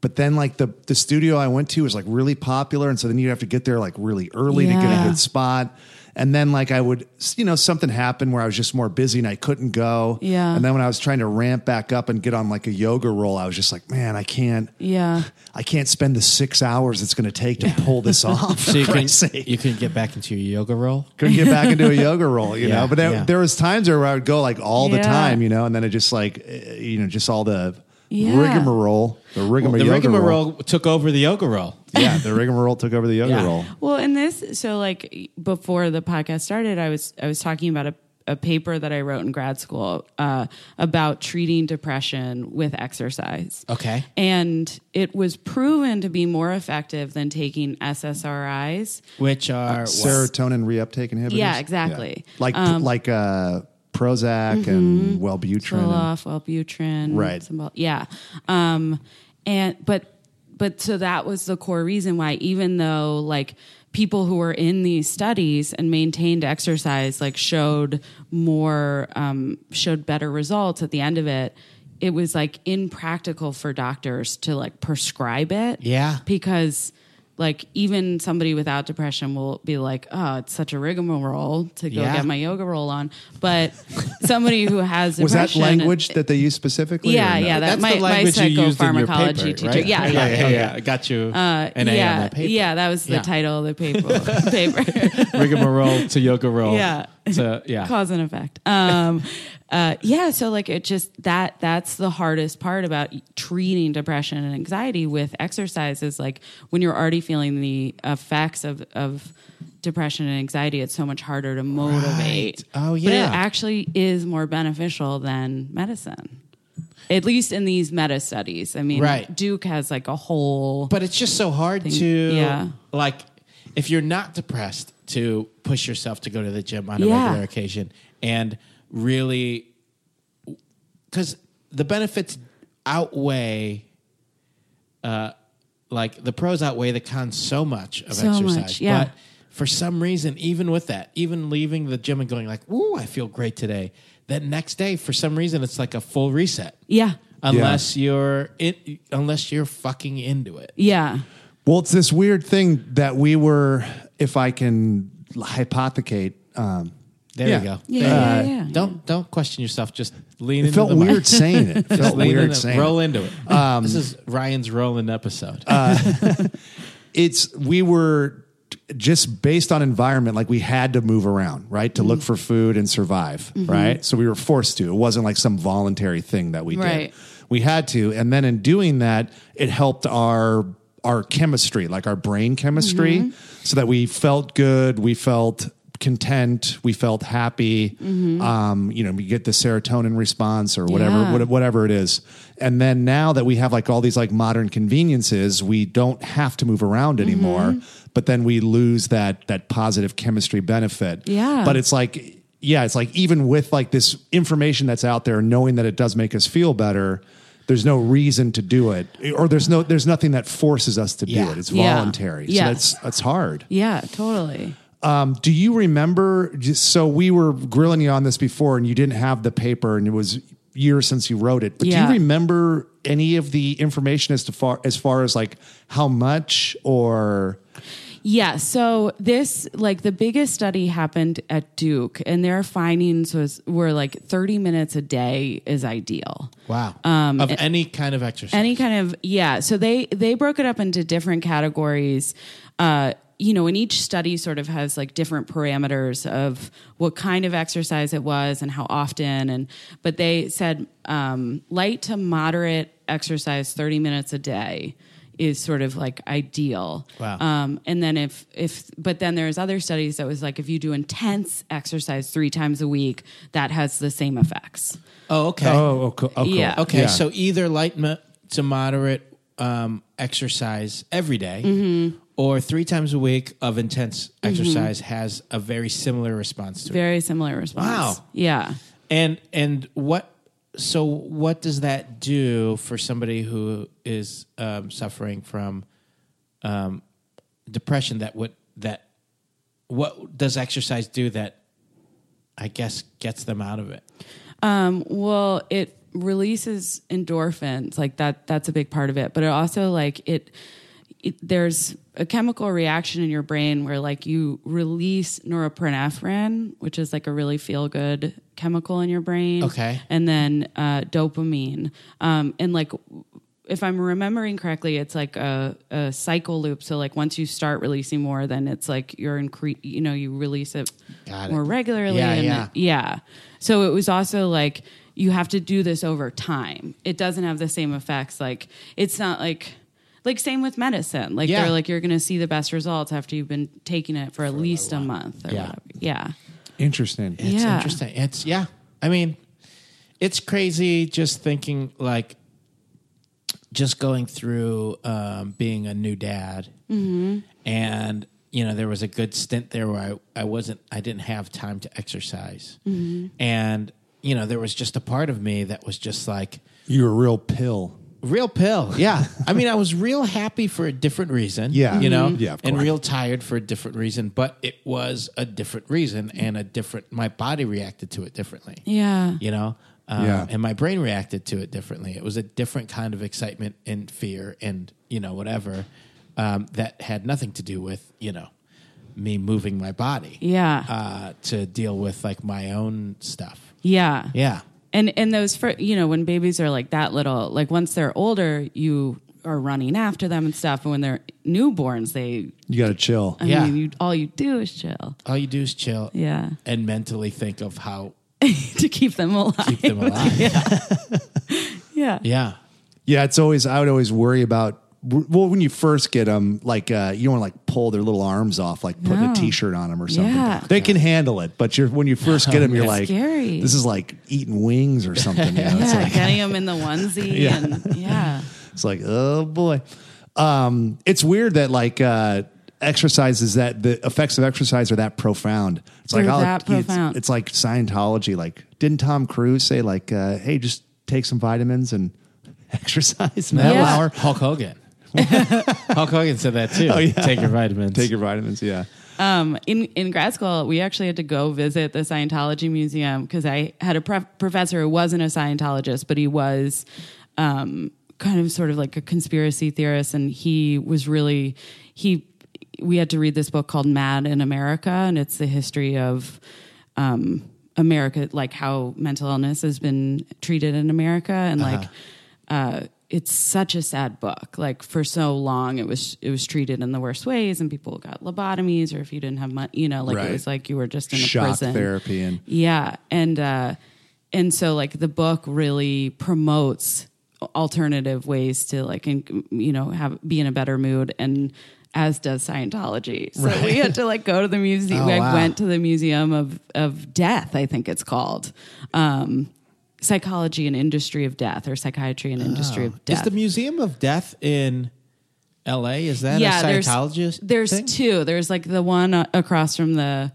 Speaker 3: But then, like the the studio I went to was like really popular, and so then you'd have to get there like really early to get
Speaker 4: Yeah.
Speaker 3: a good spot. And then, like I would, you know, something happened where I was just more busy and I couldn't go.
Speaker 4: Yeah.
Speaker 3: And then when I was trying to ramp back up and get on like a yoga roll, I was just like, man, I can't.
Speaker 4: Yeah.
Speaker 3: I can't spend the six hours it's going to take to pull this off.
Speaker 5: So you
Speaker 3: for
Speaker 5: can,
Speaker 3: Christ's sake.
Speaker 5: you can get back into your yoga role.
Speaker 3: couldn't get back into a yoga roll, you
Speaker 5: Yeah,
Speaker 3: know. But there,
Speaker 5: yeah.
Speaker 3: there was times where I would go like all the
Speaker 4: Yeah.
Speaker 3: time, you know, and then it just like, eh, you know, just all the
Speaker 4: Yeah.
Speaker 3: rigmarole, the rigmarole,
Speaker 5: The
Speaker 3: yoga
Speaker 5: rigmarole took over the yoga roll.
Speaker 3: yeah, the rigmarole took over the yoga
Speaker 5: Yeah.
Speaker 3: roll.
Speaker 4: Well, in this, so like before the podcast started, I was I was talking about a, a paper that I wrote in grad school uh, about treating depression with exercise.
Speaker 5: Okay.
Speaker 4: And it was proven to be more effective than taking SSRIs.
Speaker 5: Which are what?
Speaker 3: Serotonin reuptake inhibitors.
Speaker 4: Yeah, exactly. Um,
Speaker 3: Like
Speaker 4: mm-hmm.
Speaker 3: like uh, Prozac and Wellbutrin. and-
Speaker 4: Zoloft, Wellbutrin,
Speaker 3: Right.
Speaker 4: Symbol- yeah. Um, and but but so that was the core reason why, even though like people who were in these studies and maintained exercise like showed more um, showed better results at the end of it. It was like impractical for doctors to like prescribe it.
Speaker 5: Yeah.
Speaker 4: Because like even somebody without depression will be like, oh, it's such a rigmarole to go
Speaker 5: Yeah.
Speaker 4: get my yoga roll on. But somebody who has
Speaker 3: was that
Speaker 4: depression-
Speaker 3: language that they used specifically? or
Speaker 4: Yeah,
Speaker 3: no?
Speaker 4: yeah. That,
Speaker 5: That's
Speaker 4: my,
Speaker 5: the language
Speaker 4: my
Speaker 5: you used in your paper,
Speaker 4: psychopharmacology
Speaker 5: right?
Speaker 4: teacher. Yeah, yeah, yeah.
Speaker 5: I got you
Speaker 4: Uh,
Speaker 5: an A
Speaker 4: yeah,
Speaker 5: on that paper.
Speaker 4: yeah, that was the
Speaker 5: Yeah.
Speaker 4: title of the paper. paper.
Speaker 5: Rigmarole to yoga roll.
Speaker 4: Yeah.
Speaker 5: To, yeah.
Speaker 4: cause and effect um uh yeah so like it just that that's the hardest part about treating depression and anxiety with exercise is like when you're already feeling the effects of of depression and anxiety it's so much harder to motivate
Speaker 5: Right. Oh,
Speaker 4: but
Speaker 5: yeah.
Speaker 4: it actually is more beneficial than medicine at least in these meta studies i mean
Speaker 5: Right.
Speaker 4: duke has like a whole
Speaker 5: But it's just so hard to,
Speaker 4: yeah.
Speaker 5: like, if you're not depressed, to push yourself to go to the gym on a
Speaker 4: Yeah.
Speaker 5: regular occasion and really, because the benefits outweigh, uh, like, the pros outweigh the cons so much of
Speaker 4: So
Speaker 5: exercise.
Speaker 4: much, yeah.
Speaker 5: But for some reason, even with that, even leaving the gym and going like, "Ooh, I feel great today," that next day, for some reason, it's like a full reset.
Speaker 4: Yeah.
Speaker 5: Unless you're in, unless you're fucking into it.
Speaker 4: Yeah.
Speaker 3: Well, it's this weird thing that we were, if I can hypothecate. Um,
Speaker 5: There
Speaker 3: yeah.
Speaker 5: you go.
Speaker 4: Yeah.
Speaker 5: There you
Speaker 4: yeah,
Speaker 5: go.
Speaker 4: yeah, yeah.
Speaker 5: Don't don't question yourself. Just lean
Speaker 3: It
Speaker 5: into
Speaker 3: felt
Speaker 5: the mic.
Speaker 3: weird saying it. It felt
Speaker 5: Lean
Speaker 3: weird
Speaker 5: in,
Speaker 3: saying it. Um, Uh,
Speaker 5: roll into it. this is Ryan's rolling episode.
Speaker 3: it's we were t- just based on environment like we had to move around right to look for food and survive right so we were forced to it wasn't like some voluntary thing that we
Speaker 4: Right.
Speaker 3: did we had to and then in doing that it helped our our chemistry like our brain chemistry so that we felt good we felt content we felt happy um you know we get the serotonin response or whatever
Speaker 4: Yeah.
Speaker 3: what, whatever it is. And then now that we have like all these like modern conveniences, we don't have to move around
Speaker 4: Mm-hmm.
Speaker 3: anymore, but then we lose that that positive chemistry benefit.
Speaker 4: Yeah.
Speaker 3: But it's like yeah, it's like even with like this information that's out there knowing that it does make us feel better, there's no reason to do it or there's no there's nothing that forces us to do
Speaker 5: Yeah.
Speaker 3: it. It's
Speaker 4: Yeah.
Speaker 3: voluntary.
Speaker 4: Yeah.
Speaker 3: So that's that's hard.
Speaker 4: Yeah. Totally.
Speaker 3: Um, do you remember? Just, so we were grilling you on this before, and you didn't have the paper, and it was years since you wrote it. But
Speaker 4: Yeah.
Speaker 3: do you remember any of the information as to far as far as like how much or
Speaker 4: Yeah. So this, like, the biggest study happened at Duke, and their findings was were like 30 minutes a day is ideal.
Speaker 5: wow. of any kind of exercise.
Speaker 4: Um, any kind of yeah so they they broke it up into different categories uh you know and each study sort of has like different parameters of what kind of exercise it was and how often and but they said um light to moderate exercise 30 minutes a day is sort of like ideal
Speaker 5: Wow.
Speaker 4: um and then if if but then there's other studies that was like if you do intense exercise three times a week that has the same effects
Speaker 5: oh, okay.
Speaker 3: oh, okay,
Speaker 4: Yeah.
Speaker 5: Okay,
Speaker 3: Yeah.
Speaker 5: so either light mo- to moderate um, exercise every day
Speaker 4: Mm-hmm.
Speaker 5: or three times a week of intense exercise has a very similar response to it.
Speaker 4: very similar response
Speaker 5: Wow.
Speaker 4: yeah
Speaker 5: And and what so what does that do for somebody who is um, suffering from um, depression? That would that what does exercise do that? I guess gets them out of it.
Speaker 4: Um, well, it releases endorphins, like that. That's a big part of it, but it also like it. it there's a chemical reaction in your brain where like you release norepinephrine, which is like a really feel good chemical in your brain.
Speaker 5: Okay.
Speaker 4: and then uh, dopamine, um, and like. If I'm remembering correctly, it's like a, a cycle loop. So like once you start releasing more, then it's like you're incre- you know, you release it
Speaker 5: Got it.
Speaker 4: more regularly.
Speaker 5: Yeah,
Speaker 4: and
Speaker 5: yeah.
Speaker 4: yeah. So it was also like you have to do this over time. It doesn't have the same effects. Like it's not like like same with medicine. Like
Speaker 5: Yeah.
Speaker 4: they're like you're going to see the best results after you've been taking it for, at least a month. Or
Speaker 5: Yeah.
Speaker 4: Whatever. Yeah.
Speaker 3: interesting?
Speaker 5: It's
Speaker 4: Yeah.
Speaker 5: interesting. It's yeah. I mean, it's crazy just thinking like just going through um, being a new dad, and you know there was a good stint there where I I wasn't I didn't have time to exercise, and you know there was just a part of me that was just like
Speaker 3: You're a real pill.
Speaker 5: real pill. Yeah. I mean, I was real happy for a different reason.
Speaker 3: Yeah.
Speaker 5: You know?
Speaker 3: Mhm. Yeah, of
Speaker 5: And
Speaker 3: course.
Speaker 5: real tired for a different reason, but it was a different reason and a different, my body reacted to it differently.
Speaker 4: Yeah.
Speaker 5: You know? Um,
Speaker 3: Yeah.
Speaker 5: And my brain reacted to it differently. It was a different kind of excitement and fear and, you know, whatever um, that had nothing to do with, you know, me moving my body
Speaker 4: Yeah.
Speaker 5: uh, to deal with like my own stuff.
Speaker 4: yeah.
Speaker 5: Yeah.
Speaker 4: And and those for you know when babies are like that little, like once they're older, you are running after them and stuff. And when they're newborns, they
Speaker 3: You got to chill.
Speaker 4: I
Speaker 5: Yeah.
Speaker 4: mean, you, all you do is chill.
Speaker 5: All you do is chill
Speaker 4: Yeah.
Speaker 5: and mentally think of how
Speaker 4: to keep them alive.
Speaker 5: keep them alive.
Speaker 4: yeah.
Speaker 5: Yeah.
Speaker 3: Yeah, it's always I would always worry about. Well, when you first get them, like uh, you don't want to like pull their little arms off, like putting
Speaker 4: No.
Speaker 3: a T-shirt on them or something.
Speaker 4: Yeah.
Speaker 3: They can handle it, but you're when you first get them, you're
Speaker 5: It's
Speaker 3: like,
Speaker 4: scary.
Speaker 3: this is like eating wings or something. You know?
Speaker 4: Yeah,
Speaker 3: It's like-
Speaker 4: getting them in the onesie
Speaker 3: Yeah.
Speaker 4: and yeah,
Speaker 3: It's like, oh boy. Um, it's weird that like uh, exercises that the effects of exercise are that profound. It's like
Speaker 4: They're
Speaker 3: I'll-
Speaker 4: that
Speaker 3: it's-
Speaker 4: profound.
Speaker 3: It's, like Scientology. Like, didn't Tom Cruise say like, uh, hey, just take some vitamins and exercise an
Speaker 4: Yeah.
Speaker 3: hour?
Speaker 5: Hulk Hogan. Hulk Hogan said that too. Oh, Take your vitamins.
Speaker 3: Take your vitamins. Yeah.
Speaker 4: Um, in, in grad school, we actually had to go visit the Scientology Museum because I had a prof- professor who wasn't a Scientologist, but he was um, kind of sort of like a conspiracy theorist. And he was really, he, we had to read this book called Mad in America, and it's the history of um, America, like how mental illness has been treated in America, and like uh, it's such a sad book. Like for so long, it was it was treated in the worst ways, and people got lobotomies, or if you didn't have money, you know, like
Speaker 3: Right.
Speaker 4: it was like you were just in a
Speaker 3: Shock
Speaker 4: prison
Speaker 3: therapy and-
Speaker 4: yeah, and uh, and so like the book really promotes alternative ways to like in, you know have be in a better mood and as does Scientology. So we had to like go to the museum.
Speaker 5: Oh,
Speaker 4: I
Speaker 5: wow.
Speaker 4: went to the Museum of of Death, I think it's called. Um, Psychology and Industry of Death, or Psychiatry and Industry of Death.
Speaker 5: Oh. Is the Museum of Death in L.A. Is that a
Speaker 4: there's-
Speaker 5: Scientologist?
Speaker 4: There's,
Speaker 5: thing?
Speaker 4: two. There's like the one uh, across from the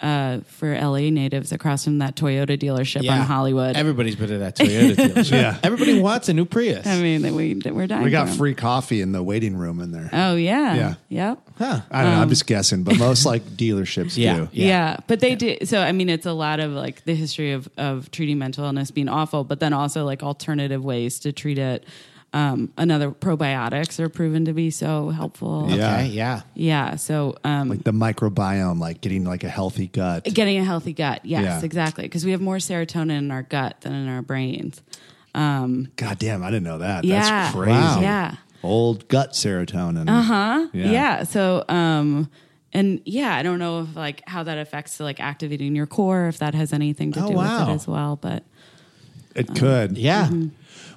Speaker 4: uh, for LA natives across from that Toyota dealership on Hollywood.
Speaker 5: Everybody's been to that Toyota dealership.
Speaker 3: Yeah.
Speaker 5: Everybody wants a new Prius.
Speaker 4: I mean, we we're dying.
Speaker 3: We got
Speaker 4: for 'em.
Speaker 3: free coffee in the waiting room in there.
Speaker 4: Oh yeah.
Speaker 3: Yeah.
Speaker 4: Yep.
Speaker 5: huh.
Speaker 3: I don't know. I'm just guessing, but most like dealerships
Speaker 5: Yeah.
Speaker 3: do.
Speaker 4: Yeah. but they do. So I mean, it's a lot of like the history of of treating mental illness being awful, but then also like alternative ways to treat it. Um, another probiotics are proven to be so helpful.
Speaker 3: Yeah.
Speaker 5: Okay, yeah.
Speaker 4: Yeah. So um,
Speaker 3: Like the microbiome, like getting like a healthy gut.
Speaker 4: getting a healthy gut. Yes,
Speaker 3: Yeah.
Speaker 4: exactly. Because we have more serotonin in our gut than in our brains.
Speaker 3: God damn, I didn't know that.
Speaker 4: Yeah.
Speaker 3: That's crazy.
Speaker 4: Wow. Yeah. Uh-huh.
Speaker 3: Old gut serotonin. Uh huh.
Speaker 4: Yeah. So, um, and yeah, I don't know if like how that affects like activating your core, if that has anything to
Speaker 5: Oh,
Speaker 4: do with
Speaker 5: wow.
Speaker 4: it as well. But
Speaker 3: It could.
Speaker 4: Mm-hmm.
Speaker 5: Yeah.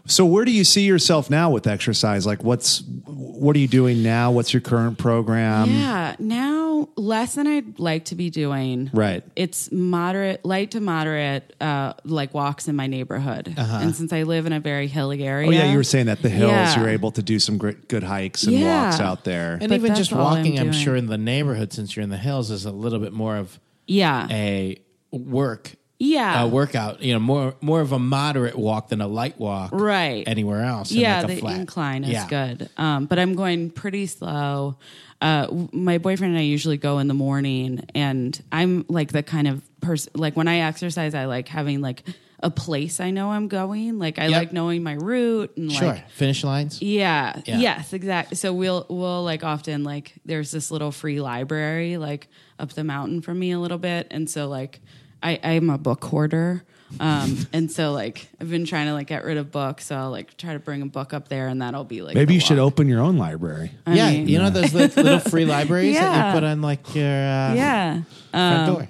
Speaker 3: So where do you see yourself now with exercise? Like what's what are you doing now? What's your current program?
Speaker 4: yeah, now less than I'd like to be doing.
Speaker 3: Right.
Speaker 4: It's moderate, light to moderate, uh, like walks in my neighborhood. And since I live in a very hilly area,
Speaker 3: Oh yeah, you were saying that the hills,
Speaker 4: Yeah.
Speaker 3: you're able to do some great, good hikes and
Speaker 4: Yeah.
Speaker 3: walks out there.
Speaker 5: And
Speaker 4: But
Speaker 5: even
Speaker 4: that's
Speaker 5: just
Speaker 4: all I'm
Speaker 5: walking, I'm,
Speaker 4: doing.
Speaker 5: sure in the neighborhood, since you're in the hills, is a little bit more of
Speaker 4: yeah,
Speaker 5: a work.
Speaker 4: Yeah.
Speaker 5: A workout, you know, more more of a moderate walk than a light walk,
Speaker 4: Right.
Speaker 5: Anywhere else, in
Speaker 4: yeah
Speaker 5: like a
Speaker 4: the
Speaker 5: flat.
Speaker 4: incline is
Speaker 5: Yeah.
Speaker 4: good um, but i'm going pretty slow uh, w- my boyfriend and i usually go in the morning and i'm like the kind of person like when i exercise i like having like a place i know i'm going like i
Speaker 5: Yep.
Speaker 4: like knowing my route and
Speaker 5: Sure,
Speaker 4: like
Speaker 5: finish lines.
Speaker 4: yeah,
Speaker 5: Yeah.
Speaker 4: Yes. Exactly. So we'll we'll like often like there's this little free library like up the mountain from me a little bit, and so like I I'm a book hoarder, um, and so like I've been trying to like get rid of books, so I'll like try to bring a book up there, and that'll be like
Speaker 3: Maybe
Speaker 4: the
Speaker 3: you should
Speaker 4: walk.
Speaker 3: open your own library.
Speaker 5: yeah,
Speaker 4: mean-
Speaker 5: you know those li- little free libraries that
Speaker 4: Yeah.
Speaker 5: you put on like your uh,
Speaker 4: Yeah.
Speaker 5: front door.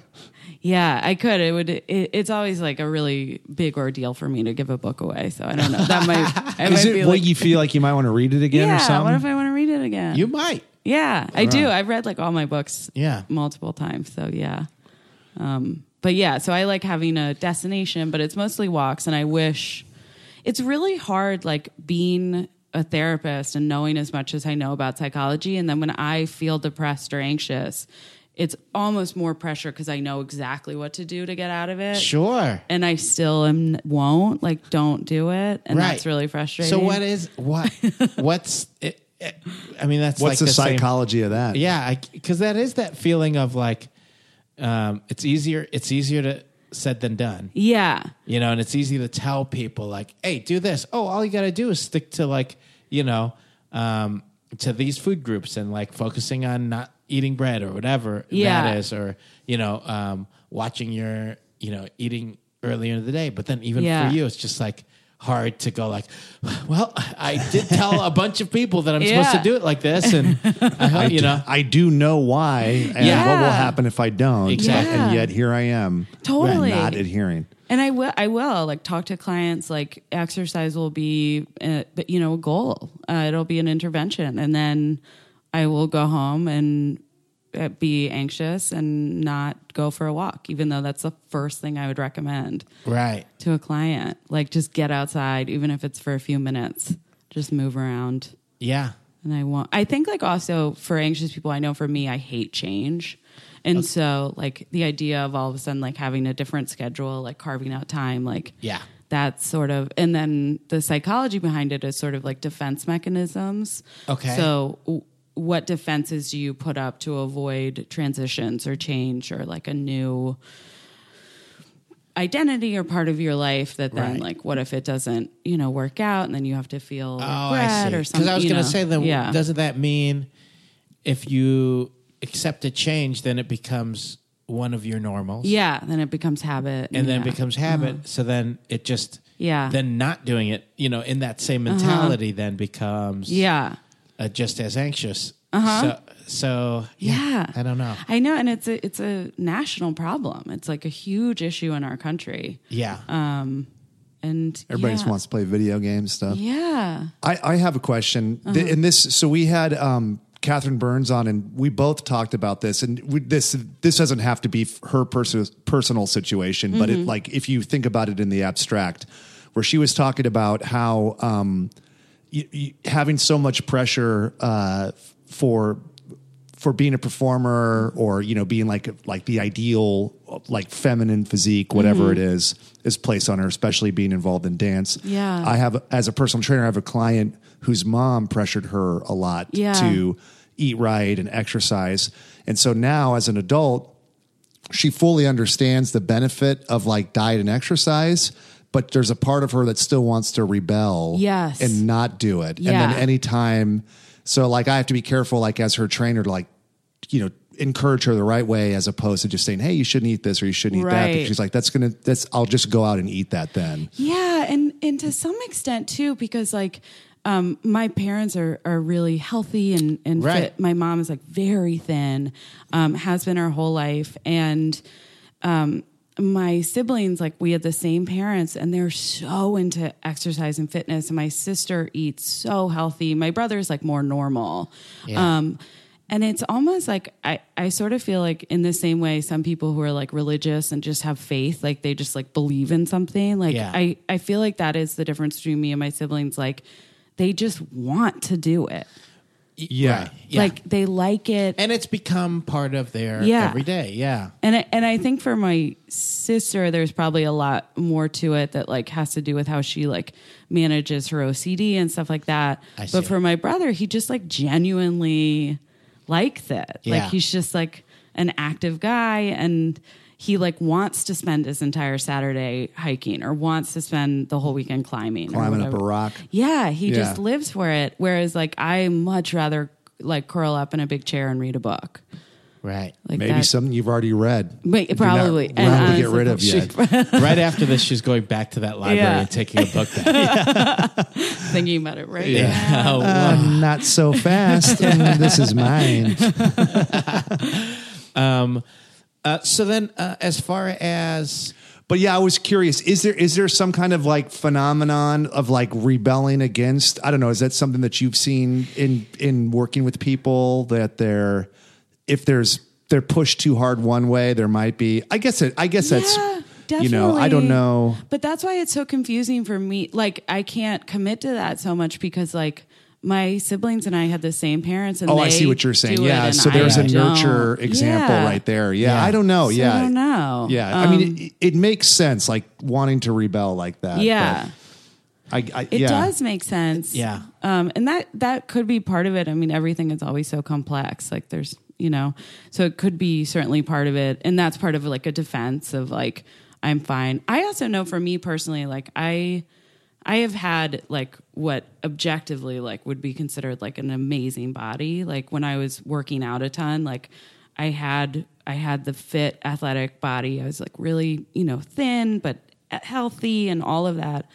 Speaker 4: Yeah, I could. It would. It, it's always like a really big ordeal for me to give a book away. So I don't know. That might. I
Speaker 3: Is
Speaker 4: might
Speaker 3: it
Speaker 4: be
Speaker 3: what
Speaker 4: like,
Speaker 3: you feel like you might want to read it again
Speaker 4: yeah.
Speaker 3: or something?
Speaker 4: What if I want to read it again?
Speaker 5: You might.
Speaker 4: Yeah, I do. I've read like all my books.
Speaker 5: Yeah.
Speaker 4: multiple times. So yeah, um, but yeah. So I like having a destination, but it's mostly walks, and I wish it's really hard like being a therapist and knowing as much as I know about psychology, and then when I feel depressed or anxious. It's almost more pressure because I know exactly what to do to get out of it.
Speaker 5: Sure.
Speaker 4: And I still am, won't, like, don't do it. And
Speaker 5: right.
Speaker 4: that's really frustrating.
Speaker 5: So what is what? What's it, it, I mean, that's
Speaker 3: What's
Speaker 5: like
Speaker 3: the,
Speaker 5: same-
Speaker 3: psychology of that?
Speaker 5: yeah, because that is that feeling of like um, it's easier. It's easier to said than done.
Speaker 4: Yeah.
Speaker 5: you know and it's easy to tell people like hey do this oh all you gotta do is stick to like you know um, to these food groups and like focusing on not eating bread or whatever
Speaker 4: Yeah.
Speaker 5: that is or you know um, watching your you know eating earlier in the day but then even
Speaker 4: Yeah.
Speaker 5: for you it's just like hard to go like well i did tell a bunch of people that i'm supposed
Speaker 4: Yeah.
Speaker 5: to do it like this and i hope you know
Speaker 3: I do know why and
Speaker 5: Yeah.
Speaker 3: what will happen if I don't.
Speaker 5: Exactly.
Speaker 3: And yet here I am.
Speaker 4: Totally.
Speaker 3: Not adhering.
Speaker 4: And I will, I will like talk to clients. Like exercise will be, uh, but you know, a goal. Uh, it'll be an intervention, and then I will go home and uh, be anxious and not go for a walk, even though that's the first thing I would recommend
Speaker 5: right
Speaker 4: to a client. Like just get outside, even if it's for a few minutes. Just move around.
Speaker 5: yeah
Speaker 4: And I want, I think, like, also for anxious people, I know for me, I hate change. And so, like, the idea of all of a sudden, like, having a different schedule, like, carving out time, like,
Speaker 5: Yeah.
Speaker 4: that's sort of, and then the psychology behind it is sort of like defense mechanisms.
Speaker 5: Okay.
Speaker 4: So, w- what defenses do you put up to avoid transitions or change or like a new identity or part of your life that then
Speaker 5: Right.
Speaker 4: like what if it doesn't you know work out and then you have to feel
Speaker 5: Oh, I
Speaker 4: regret
Speaker 5: see.
Speaker 4: or something
Speaker 5: I was
Speaker 4: you
Speaker 5: going to
Speaker 4: know?
Speaker 5: say, then
Speaker 4: yeah
Speaker 5: doesn't that mean if you accept a change, then it becomes one of your normals?
Speaker 4: yeah then it becomes habit
Speaker 5: And
Speaker 4: yeah.
Speaker 5: then
Speaker 4: Mm-hmm.
Speaker 5: becomes habit. So then it just,
Speaker 4: Yeah. Uh-huh.
Speaker 5: Then not doing it, you know, in that same mentality, then becomes
Speaker 4: yeah Uh-huh.
Speaker 5: uh, just as anxious. So, so
Speaker 4: Yeah.
Speaker 5: I don't know.
Speaker 4: I know, and it's a it's a national problem. It's like a huge issue in our country,
Speaker 5: Yeah.
Speaker 4: Uh, and
Speaker 3: Everybody just
Speaker 4: yeah.
Speaker 3: wants to play video games stuff.
Speaker 4: Yeah,
Speaker 3: I, I have a question. Th- and this, so we had um, Catherine Burns on, and we both talked about this. And we, this this doesn't have to be f- her pers- personal situation, but it, like if you think about it in the abstract, where she was talking about how um, y y having so much pressure uh, f- for for being a performer or you know being like like the ideal like feminine physique whatever it is is placed on her especially being involved in dance
Speaker 4: Yeah.
Speaker 3: i have as a personal trainer i have a client whose mom pressured her a lot
Speaker 4: Yeah.
Speaker 3: to eat right and exercise and so now as an adult she fully understands the benefit of like diet and exercise but there's a part of her that still wants to rebel
Speaker 4: Yes.
Speaker 3: and not do it and
Speaker 4: Yeah.
Speaker 3: then anytime so like i have to be careful like as her trainer to like you know encourage her the right way as opposed to just saying hey you shouldn't eat this or you shouldn't eat that
Speaker 4: Right.
Speaker 3: because she's like that's gonna that's i'll just go out and eat that then
Speaker 4: Yeah, and and to some extent too, because like um, my parents are are really healthy and and
Speaker 5: Right.
Speaker 4: fit. My mom is like very thin, um, has been her whole life, and um, my siblings like we had the same parents, and they're so into exercise and fitness. And my sister eats so healthy. My brother's like more normal. Um, and it's almost like I, I sort of feel like in the same way some people who are like religious and just have faith like they just like believe in something like
Speaker 5: Yeah.
Speaker 4: I, I feel like that is the difference between me and my siblings like they just want to do it
Speaker 3: yeah
Speaker 5: Right. Yeah.
Speaker 4: like they like it
Speaker 5: and it's become part of their
Speaker 4: Yeah.
Speaker 5: everyday. Yeah.
Speaker 4: and I, and I think for my sister, there's probably a lot more to it that like has to do with how she like manages her OCD and stuff like that.
Speaker 5: I
Speaker 4: But
Speaker 5: see.
Speaker 4: for my brother, he just like genuinely likes it.
Speaker 5: Yeah.
Speaker 4: Like he's just like an active guy and he like wants to spend his entire Saturday hiking or wants to spend the whole weekend climbing. or
Speaker 3: climbing up a
Speaker 4: whatever.
Speaker 3: rock
Speaker 4: Yeah, he just
Speaker 3: Yeah.
Speaker 4: lives for it. Whereas like I much rather like curl up in a big chair and read a book.
Speaker 5: Right.
Speaker 4: Like
Speaker 3: maybe
Speaker 4: that-
Speaker 3: something you've already read
Speaker 4: Wait,
Speaker 3: You're not
Speaker 4: probably. Uh, And
Speaker 3: around to get
Speaker 4: honestly,
Speaker 3: rid of
Speaker 4: should-
Speaker 3: yet
Speaker 5: right after this, she's going back to that library
Speaker 4: Yeah.
Speaker 5: and taking a book back.
Speaker 4: thinking about it right
Speaker 5: Yeah. Oh, wow.
Speaker 3: Uh, not so fast Mm, this is mine
Speaker 5: Uh, so then, uh, as far as
Speaker 3: But yeah, I was curious. Is there is there some kind of like phenomenon of like rebelling against? I don't know. Is that something that you've seen in in working with people that they're if there's they're pushed too hard one way, there might be. I guess it. I guess that's
Speaker 4: Yeah,
Speaker 3: you know. I don't
Speaker 4: definitely.
Speaker 3: know.
Speaker 4: But that's why it's so confusing for me. Like I can't commit to that so much because like my siblings and I had the same parents and
Speaker 3: Oh, I
Speaker 4: they
Speaker 3: see what you're saying.
Speaker 4: do it
Speaker 3: Yeah.
Speaker 4: and
Speaker 3: So
Speaker 4: I
Speaker 3: there's a
Speaker 4: don't.
Speaker 3: nurture example
Speaker 4: Yeah.
Speaker 3: right there. Yeah,
Speaker 5: Yeah.
Speaker 3: I don't know.
Speaker 4: So
Speaker 3: yeah.
Speaker 4: I don't know. Um,
Speaker 3: Yeah. I mean, it, it makes sense, like wanting to rebel like that.
Speaker 4: Yeah.
Speaker 3: but I, I,
Speaker 4: It
Speaker 3: yeah.
Speaker 4: does make sense.
Speaker 5: Yeah.
Speaker 4: Um, and that that could be part of it. I mean, everything is always so complex. Like there's, you know, so it could be certainly part of it. And that's part of like a defense of like, I'm fine. I also know for me personally, like I I have had like what objectively like would be considered like an amazing body. Like when I was working out a ton, like I had I had the fit athletic body. I was like really, you know, thin but healthy and all of that.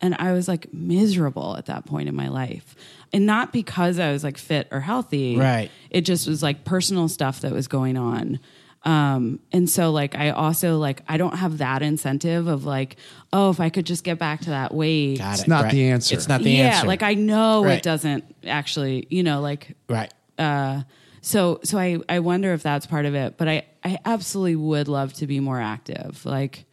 Speaker 4: And I was like miserable at that point in my life. And not because I was like fit or healthy.
Speaker 5: Right.
Speaker 4: It just was like personal stuff that was going on. Um, and so like I also like I don't have that incentive of like, oh, if I could just get back to that weight.
Speaker 5: Got
Speaker 3: It's
Speaker 5: it,
Speaker 3: not the answer.
Speaker 5: It's not the
Speaker 4: yeah,
Speaker 5: answer.
Speaker 4: like I know
Speaker 5: Right.
Speaker 4: it doesn't actually, you know, like
Speaker 5: right.
Speaker 4: uh so so I I wonder if that's part of it, but I I absolutely would love to be more active. Like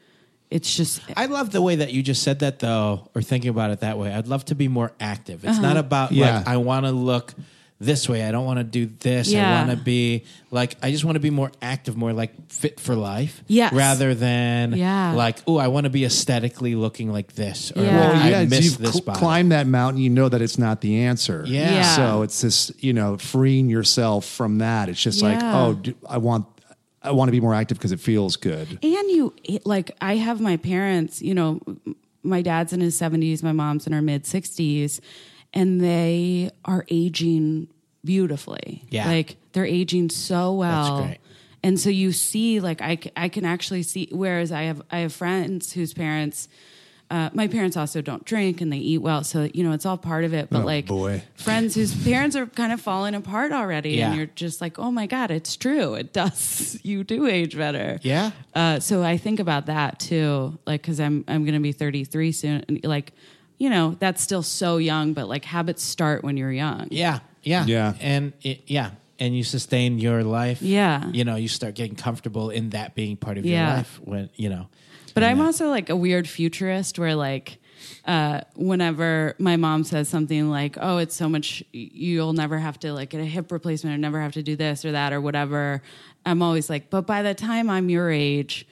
Speaker 4: it's just
Speaker 5: I love the way that you just said
Speaker 4: Uh-huh.
Speaker 5: that, though, or thinking about it that way. I'd love to be more active. It's not about
Speaker 3: Yeah.
Speaker 5: like I want to look this way. I don't want to do this.
Speaker 4: Yeah.
Speaker 5: I want to be like I just want to be more active, more like fit for life.
Speaker 4: Yes.
Speaker 5: Rather than
Speaker 4: Yeah.
Speaker 5: like, oh, I want to be aesthetically looking like this. Or
Speaker 4: Yeah.
Speaker 5: like,
Speaker 4: Well,
Speaker 5: I
Speaker 3: it's-
Speaker 5: miss
Speaker 3: you've
Speaker 5: this
Speaker 3: cl-
Speaker 5: body.
Speaker 3: climbed that mountain, you know that it's not the answer.
Speaker 5: Yeah.
Speaker 4: Yeah.
Speaker 3: So it's this, you know, freeing yourself from that. It's just like,
Speaker 4: Yeah.
Speaker 3: oh, d I I want, I want to be more active because it feels good.
Speaker 4: And you like I have my parents, you know, m- my dad's in his 70s, my mom's in her mid 60s, and they are aging beautifully.
Speaker 5: Yeah.
Speaker 4: Like they're aging so well.
Speaker 5: great.
Speaker 4: And so you see like I, c- I can actually see whereas I have I have friends whose parents uh, my parents also don't drink and they eat well, so you know it's all part of it. But
Speaker 3: Oh,
Speaker 4: like
Speaker 3: boy.
Speaker 4: friends whose parents are kind of falling apart already,
Speaker 5: Yeah.
Speaker 4: and you're just like, oh my god, it's true. It does. You do age better.
Speaker 5: Yeah.
Speaker 4: Uh, so I think about that too, like because I'm I'm gonna be 33 soon. And like, you know, that's still so young, but like habits start when you're young.
Speaker 5: Yeah, yeah,
Speaker 3: Yeah.
Speaker 5: and it, yeah, and you sustain your life.
Speaker 4: Yeah.
Speaker 5: you know, you start getting comfortable in that being part of your
Speaker 4: Yeah.
Speaker 5: life when you know.
Speaker 4: But I'm also like a weird futurist where like uh, whenever my mom says something like, "Oh, it's so much you'll never have to like get a hip replacement or never have to do this or that or whatever." I'm always like, "But by the time I'm your age,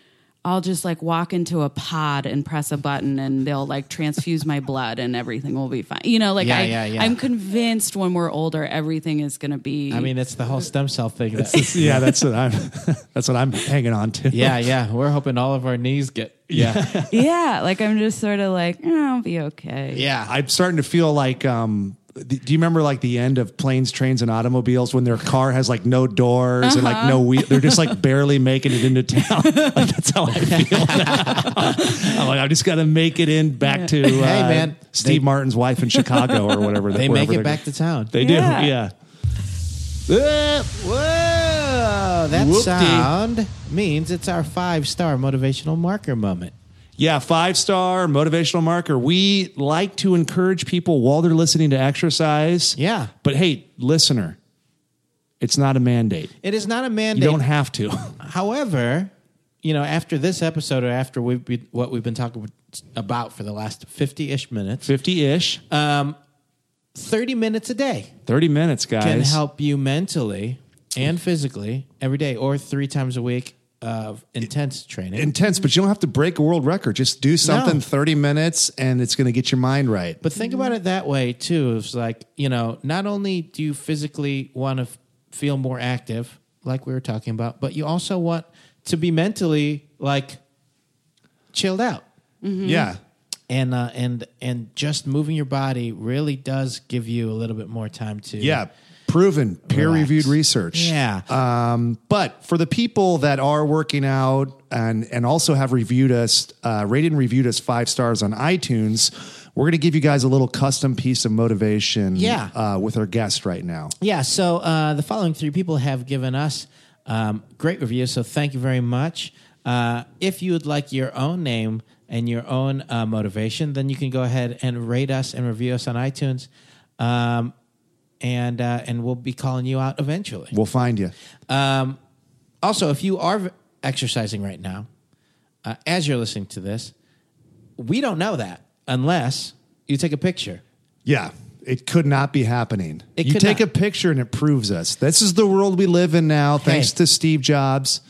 Speaker 4: I'll just like walk into a pod and press a button and they'll like transfuse my blood and everything will be fine." You know, like
Speaker 5: Yeah,
Speaker 4: I
Speaker 5: yeah, yeah.
Speaker 4: I'm convinced when we're older everything is going to be
Speaker 5: I mean, it's the whole stem cell thing. That,
Speaker 3: yeah. That's what I'm, that's what I'm hanging on to.
Speaker 5: yeah, yeah, we're hoping all of our knees get. Yeah,
Speaker 4: Yeah, like I'm just sort of like, "Eh, "I'll be okay."
Speaker 5: yeah.
Speaker 3: I'm starting to feel like, um, th- do you remember like the end of planes, trains, and automobiles when their car has like no doors and like
Speaker 5: Uh-huh.
Speaker 3: no wheel? They're just like barely making it into town. like, that's how I feel. now. I'm like, I've just got to make it in back to uh,
Speaker 5: Hey, man.
Speaker 3: Steve
Speaker 5: They-
Speaker 3: Martin's wife in Chicago or whatever.
Speaker 5: they make it back to town.
Speaker 3: They
Speaker 4: Yeah.
Speaker 3: do. Yeah.
Speaker 5: Uh, whoa, that
Speaker 3: Whoop-dee.
Speaker 5: sound means it's our five star motivational marker moment.
Speaker 3: Yeah, five star motivational marker. We like to encourage people while they're listening to exercise.
Speaker 5: Yeah.
Speaker 3: But hey, listener, it's not a mandate.
Speaker 5: It is not a
Speaker 3: You
Speaker 5: mandate.
Speaker 3: don't have to.
Speaker 5: However, you know, after this episode or after we've been, what we've been talking about for the last 50 ish minutes,
Speaker 3: 50 ish,
Speaker 5: um, 30 minutes a day
Speaker 3: 30 minutes, guys.
Speaker 5: can help you mentally and physically every day or three times a week of intense training.
Speaker 3: Intense, but you don't have to break a world record. Just do something
Speaker 5: No.
Speaker 3: 30 minutes and it's going to get your mind right.
Speaker 5: But think about it that way too. It's like, you know, not only do you physically want to f- feel more active, like we were talking about, but you also want to be mentally like chilled out. Mm-hmm.
Speaker 3: Yeah.
Speaker 5: And uh, and and just moving your body really does give you a little bit more time to
Speaker 3: Yeah. Proven peer reviewed research. Um,
Speaker 5: Yeah.
Speaker 3: But for the people that are working out and and also have reviewed us, uh, rated and reviewed us five stars on iTunes, we're going to give you guys a little custom piece of motivation.
Speaker 5: Yeah.
Speaker 3: Uh, with our guest right now.
Speaker 5: Yeah, so uh, the following three people have given us um, great reviews, so thank you very much. Uh, if you would like your own name and your own uh, motivation, then you can go ahead and rate us and review us on iTunes, um, and uh, and we'll be calling you out eventually.
Speaker 3: We'll find you.
Speaker 5: Um, also, if you are v- exercising right now, uh, as you're listening to this, we don't know that unless you take a picture.
Speaker 3: Yeah. It could not be happening.
Speaker 5: It
Speaker 3: you
Speaker 5: could
Speaker 3: take
Speaker 5: not.
Speaker 3: a picture and it proves us. This is the world we live in now. Thanks
Speaker 5: Hey.
Speaker 3: to Steve Jobs.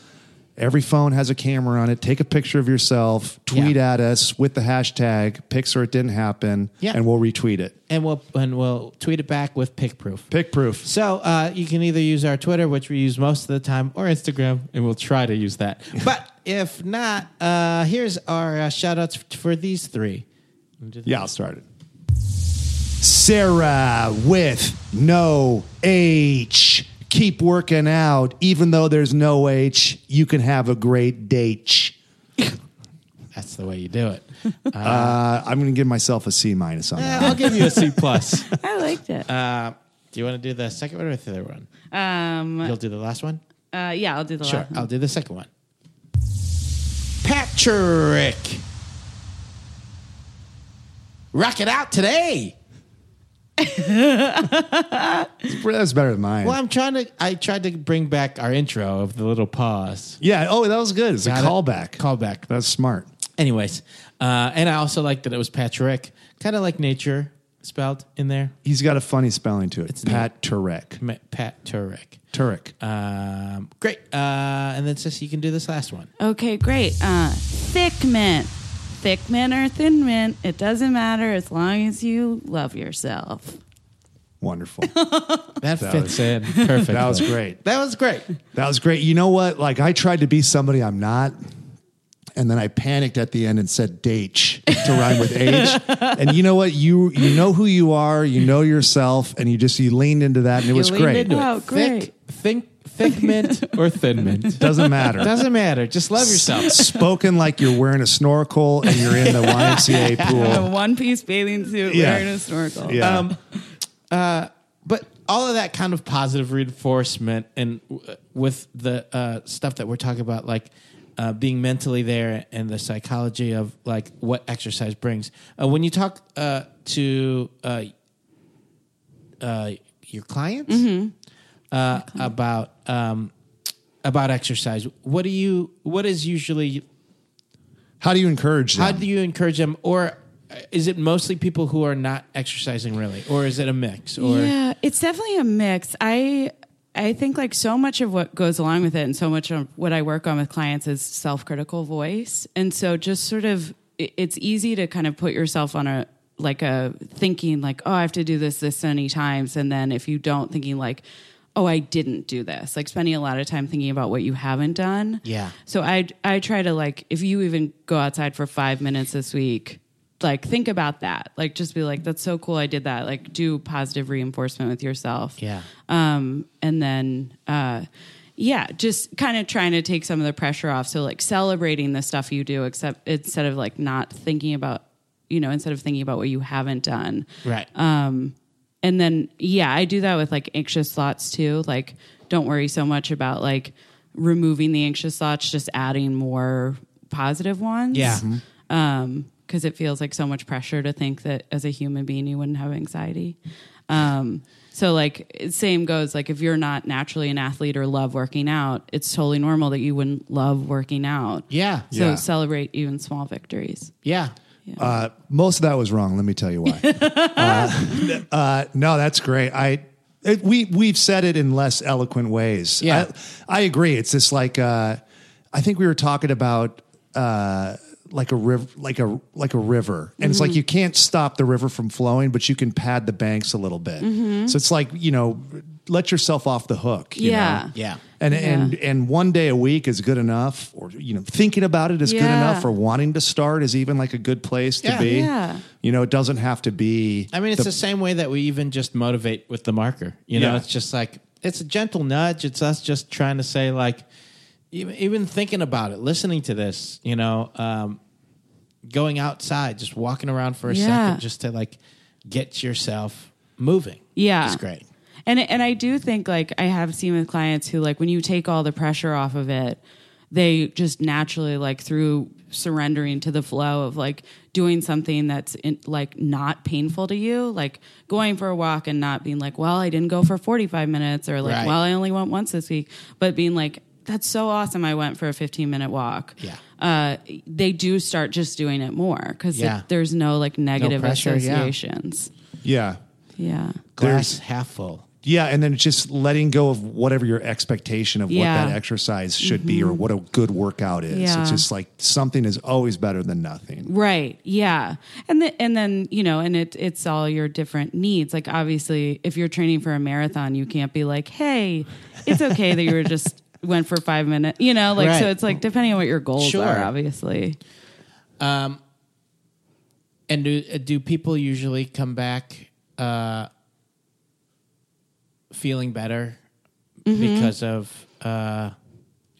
Speaker 3: Every phone has a camera on it. Take a picture of yourself, tweet
Speaker 5: Yeah.
Speaker 3: at us with the hashtag Pixar It Didn't Happen,
Speaker 5: Yeah.
Speaker 3: and we'll retweet it.
Speaker 5: And we'll and we'll tweet it back with pic proof.
Speaker 3: Pick proof.
Speaker 5: So uh, you can either use our Twitter, which we use most of the time, or Instagram, and we'll try to use that. But if not, uh, here's our uh, shout outs for these three.
Speaker 3: Yeah, I'll start it. Sarah with no H. Keep working out. Even though there's no H, you can have a great date.
Speaker 5: That's the way you do it.
Speaker 3: Uh,
Speaker 5: Ah.
Speaker 3: I'm going to give myself a C minus on
Speaker 5: Eh,
Speaker 3: that.
Speaker 5: I'll give you a C plus.
Speaker 4: I liked it.
Speaker 5: Uh, Do you want to do the second one or the third one?
Speaker 4: um
Speaker 5: You'll do the last one.
Speaker 4: uh, yeah, I'll do the
Speaker 5: Sure,
Speaker 4: last one.
Speaker 5: I'll do the second one. Patrick, rock it out today.
Speaker 3: That's better than mine.
Speaker 5: Well, I'm trying to. I tried to bring back our intro of the little pause.
Speaker 3: yeah. Oh, that was good. It's a
Speaker 5: Got it?
Speaker 3: callback.
Speaker 5: Callback.
Speaker 3: That's smart.
Speaker 5: Anyways, uh, and I also liked that it was Patrick, kind of like nature, spelled in there?
Speaker 3: He's got a funny spelling to it. Pat Turek.
Speaker 5: Ma- Pat Turek.
Speaker 3: Turek.
Speaker 5: Um, great. Uh, and then, Sissy, you can do this last one.
Speaker 4: Okay, great. Uh, thick mint. Thick mint or thin mint, it doesn't matter as long as you love yourself.
Speaker 3: Wonderful.
Speaker 5: That, fits
Speaker 3: was-
Speaker 5: in perfect.
Speaker 3: That was great.
Speaker 5: That was great.
Speaker 3: That was great. You know what? Like I tried to be somebody I'm not. And then I panicked at the end and said "date" to rhyme with H. and you know what? You you know who you are. You know yourself, and you just you leaned into that, and it was
Speaker 5: leaned
Speaker 3: great.
Speaker 5: into it.
Speaker 4: Oh, great.
Speaker 5: Thick, thick, thick mint or thin mint.
Speaker 3: Doesn't matter.
Speaker 5: Doesn't matter. Just love yourself.
Speaker 3: Spoken like you're wearing a snorkel and you're in the YMCA
Speaker 4: A
Speaker 3: pool.
Speaker 4: one piece bathing suit
Speaker 3: Yeah.
Speaker 4: wearing a snorkel.
Speaker 3: Yeah.
Speaker 5: Um, uh, but all of that kind of positive reinforcement and w- with the uh, stuff that we're talking about, like uh, being mentally there and the psychology of like what exercise brings. Uh, when you talk uh, to uh, uh, your clients
Speaker 4: Mm-hmm.
Speaker 5: uh, about um, about exercise, what do you? What is usually
Speaker 3: How do you encourage them?
Speaker 5: how do you encourage them or uh, is it mostly people who are not exercising really or is it a mix or
Speaker 4: yeah, it's definitely a mix. I I think like so much of what goes along with it, and so much of what I work on with clients is self critical voice, and so just sort of it- it's easy to kind of put yourself on a like a thinking like oh I have to do this this many times, and then if you don't, thinking like oh I didn't do this, like spending a lot of time thinking about what you haven't done.
Speaker 5: Yeah.
Speaker 4: So I I try to like if you even go outside for five minutes this week, like think about that. Like just be like, that's so cool. I did that. Like do positive reinforcement with yourself.
Speaker 5: Yeah.
Speaker 4: Um. And then uh, yeah, just kind of trying to take some of the pressure off. So like celebrating the stuff you do, except instead of like not thinking about you know instead of thinking about what you haven't done
Speaker 5: right
Speaker 4: um, and then yeah, I do that with like anxious thoughts too. Like, don't worry so much about like removing the anxious thoughts, just adding more positive ones.
Speaker 5: Yeah. Mhm.
Speaker 4: Um, because it feels like so much pressure to think that as a human being you wouldn't have anxiety. Um, so like same goes like if you're not naturally an athlete or love working out, it's totally normal that you wouldn't love working out.
Speaker 5: yeah
Speaker 4: So
Speaker 3: Yeah.
Speaker 4: celebrate even small victories.
Speaker 5: yeah
Speaker 3: Uh, most of that was wrong. Let me tell you why. uh, uh, no, that's great. I it, we we've said it in less eloquent ways.
Speaker 5: Yeah.
Speaker 3: I, I agree. It's just like uh, I think we were talking about uh, like a river, like a like a river, and it's like you can't stop the river from flowing, but you can pad the banks a little bit. So it's like you know, let yourself off the hook. you
Speaker 4: Yeah.
Speaker 3: know?
Speaker 5: yeah
Speaker 3: And,
Speaker 4: Yeah.
Speaker 3: and and one day a week is good enough, or you know, thinking about it is good
Speaker 4: Yeah.
Speaker 3: enough, or wanting to start is even like a good place to
Speaker 5: Yeah.
Speaker 3: be.
Speaker 4: Yeah.
Speaker 3: You know, it doesn't have to be.
Speaker 5: i mean it's the, same way that we even just motivate with the marker you know
Speaker 3: Yeah.
Speaker 5: it's just like it's a gentle nudge it's us just trying to say like even, even thinking about it listening to this you know um, going outside just walking around for a
Speaker 4: Yeah.
Speaker 5: second just to like get yourself moving
Speaker 4: Yeah.
Speaker 5: it's great
Speaker 4: And and I do think like I have seen with clients who like when you take all the pressure off of it, they just naturally like through surrendering to the flow of like doing something that's in, like not painful to you, like going for a walk and not being like, well, I didn't go for 45 minutes or like,
Speaker 5: Right.
Speaker 4: well, I only went once this week, but being like that's so awesome. I went for a 15 minute walk.
Speaker 5: Yeah.
Speaker 4: Uh, they do start just doing it more because
Speaker 5: Yeah.
Speaker 4: there's no like negative
Speaker 5: pressure, yeah.
Speaker 4: associations.
Speaker 3: yeah,
Speaker 4: Yeah.
Speaker 5: glass half full
Speaker 3: yeah, and then just letting go of whatever your expectation of
Speaker 4: Yeah. Mm-hmm.
Speaker 3: what that exercise should be, or what a good workout is.
Speaker 4: Yeah.
Speaker 3: It's just like something is always better than nothing.
Speaker 4: Right. Yeah. And then and then, you know, and it it's all your different needs. Like obviously, if you're training for a marathon, you can't be like, "Hey, it's okay that you were just went for 5 minutes." You know, like so
Speaker 5: Right.
Speaker 4: it's like depending on what your goals
Speaker 5: Sure.
Speaker 4: are, obviously.
Speaker 5: And do uh, do people usually come back uh, feeling better
Speaker 4: Mm-hmm.
Speaker 5: because of uh,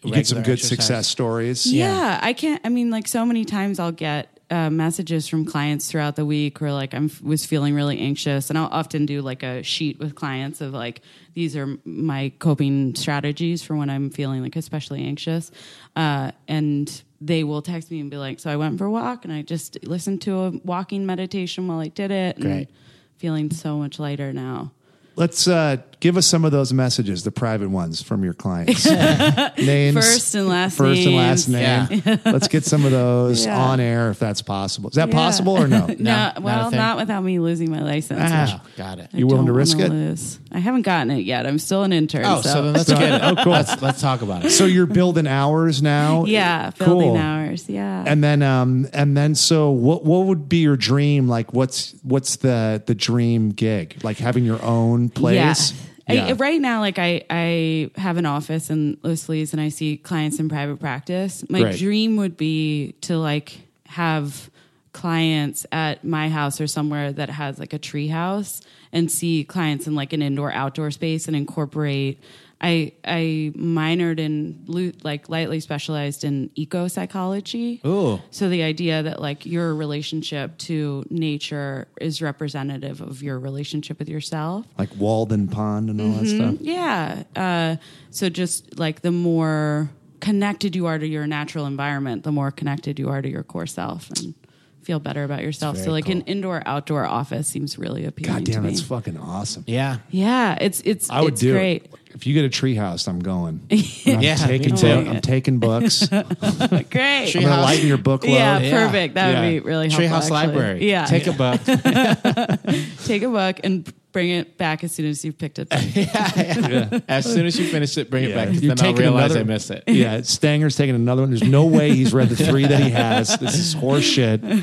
Speaker 3: You get some
Speaker 5: regular
Speaker 3: good
Speaker 5: exercise?
Speaker 3: success stories.
Speaker 4: Yeah. I can't. I mean, like so many times I'll get uh, messages from clients throughout the week where like I am was feeling really anxious, and I'll often do like a sheet with clients of like these are my coping strategies for when I'm feeling like especially anxious, uh, and they will text me and be like, "So I went for a walk, and I just listened to a walking meditation while I did it, and
Speaker 5: Great.
Speaker 4: feeling so much lighter now."
Speaker 3: Let's uh, give us some of those messages, the private ones from your clients. names,
Speaker 4: First and last
Speaker 3: first and last
Speaker 5: names.
Speaker 3: name. Let's get some of those
Speaker 4: Yeah.
Speaker 3: on air if that's possible. Is that
Speaker 4: Yeah.
Speaker 3: possible or no?
Speaker 5: No,
Speaker 4: No,
Speaker 5: not a
Speaker 4: well,
Speaker 5: thing.
Speaker 4: not without me losing my license.
Speaker 5: Ah,
Speaker 4: which
Speaker 5: got it.
Speaker 4: I
Speaker 3: You willing to
Speaker 4: don't
Speaker 3: risk
Speaker 4: wanna
Speaker 3: it?
Speaker 4: lose. I haven't gotten it yet. I'm still an intern.
Speaker 5: Oh, so,
Speaker 4: so
Speaker 5: then let's get it.
Speaker 3: Oh, cool.
Speaker 5: Let's, let's talk about it.
Speaker 3: so you're building hours now.
Speaker 4: yeah,
Speaker 3: oh, Cool.
Speaker 4: building hours. Yeah.
Speaker 3: And then, um, and then, so what? What would be your dream? Like, what's what's the the dream gig? Like having your own place.
Speaker 4: I- right now, like I, I have an office in Los Lees and I see clients in private practice. My
Speaker 3: Right.
Speaker 4: dream would be to like have clients at my house or somewhere that has like a tree house and see clients in like an indoor outdoor space and incorporate I I minored in lu- like lightly specialized in eco psychology.
Speaker 5: Ooh.
Speaker 4: So the idea that like your relationship to nature is representative of your relationship with yourself.
Speaker 3: Like Walden Pond and all
Speaker 4: Mm-hmm.
Speaker 3: that stuff.
Speaker 4: Yeah. Uh, so just like the more connected you are to your natural environment, the more connected you are to your core self and feel better about yourself. So like an indoor outdoor office seems really appealing.
Speaker 3: God
Speaker 4: to
Speaker 3: damn,
Speaker 4: me.
Speaker 3: that's fucking awesome.
Speaker 5: Yeah.
Speaker 4: yeah, it's it's
Speaker 3: I would
Speaker 4: it's
Speaker 3: do
Speaker 4: great.
Speaker 3: it. If you get a treehouse, I'm going. I'm
Speaker 5: Yeah,
Speaker 3: taking
Speaker 5: me too.
Speaker 3: book- I'm taking books. I'm
Speaker 4: Great.
Speaker 5: Treehouse.
Speaker 3: gonna lighten your book load.
Speaker 4: yeah,
Speaker 5: Yeah.
Speaker 4: perfect. That would
Speaker 3: Yeah.
Speaker 4: be really helpful.
Speaker 5: Treehouse
Speaker 4: actually.
Speaker 5: Library.
Speaker 4: Yeah.
Speaker 5: Take a book.
Speaker 4: Take a book and bring it back as soon as you've picked it up.
Speaker 5: As soon as you finish it, bring it back. 'cause
Speaker 3: You're
Speaker 5: Then I'll
Speaker 3: taking
Speaker 5: realize
Speaker 3: another-
Speaker 5: I missed it.
Speaker 3: Yeah, Stanger's taking another one. There's no way he's read the three that he has. This is horseshit.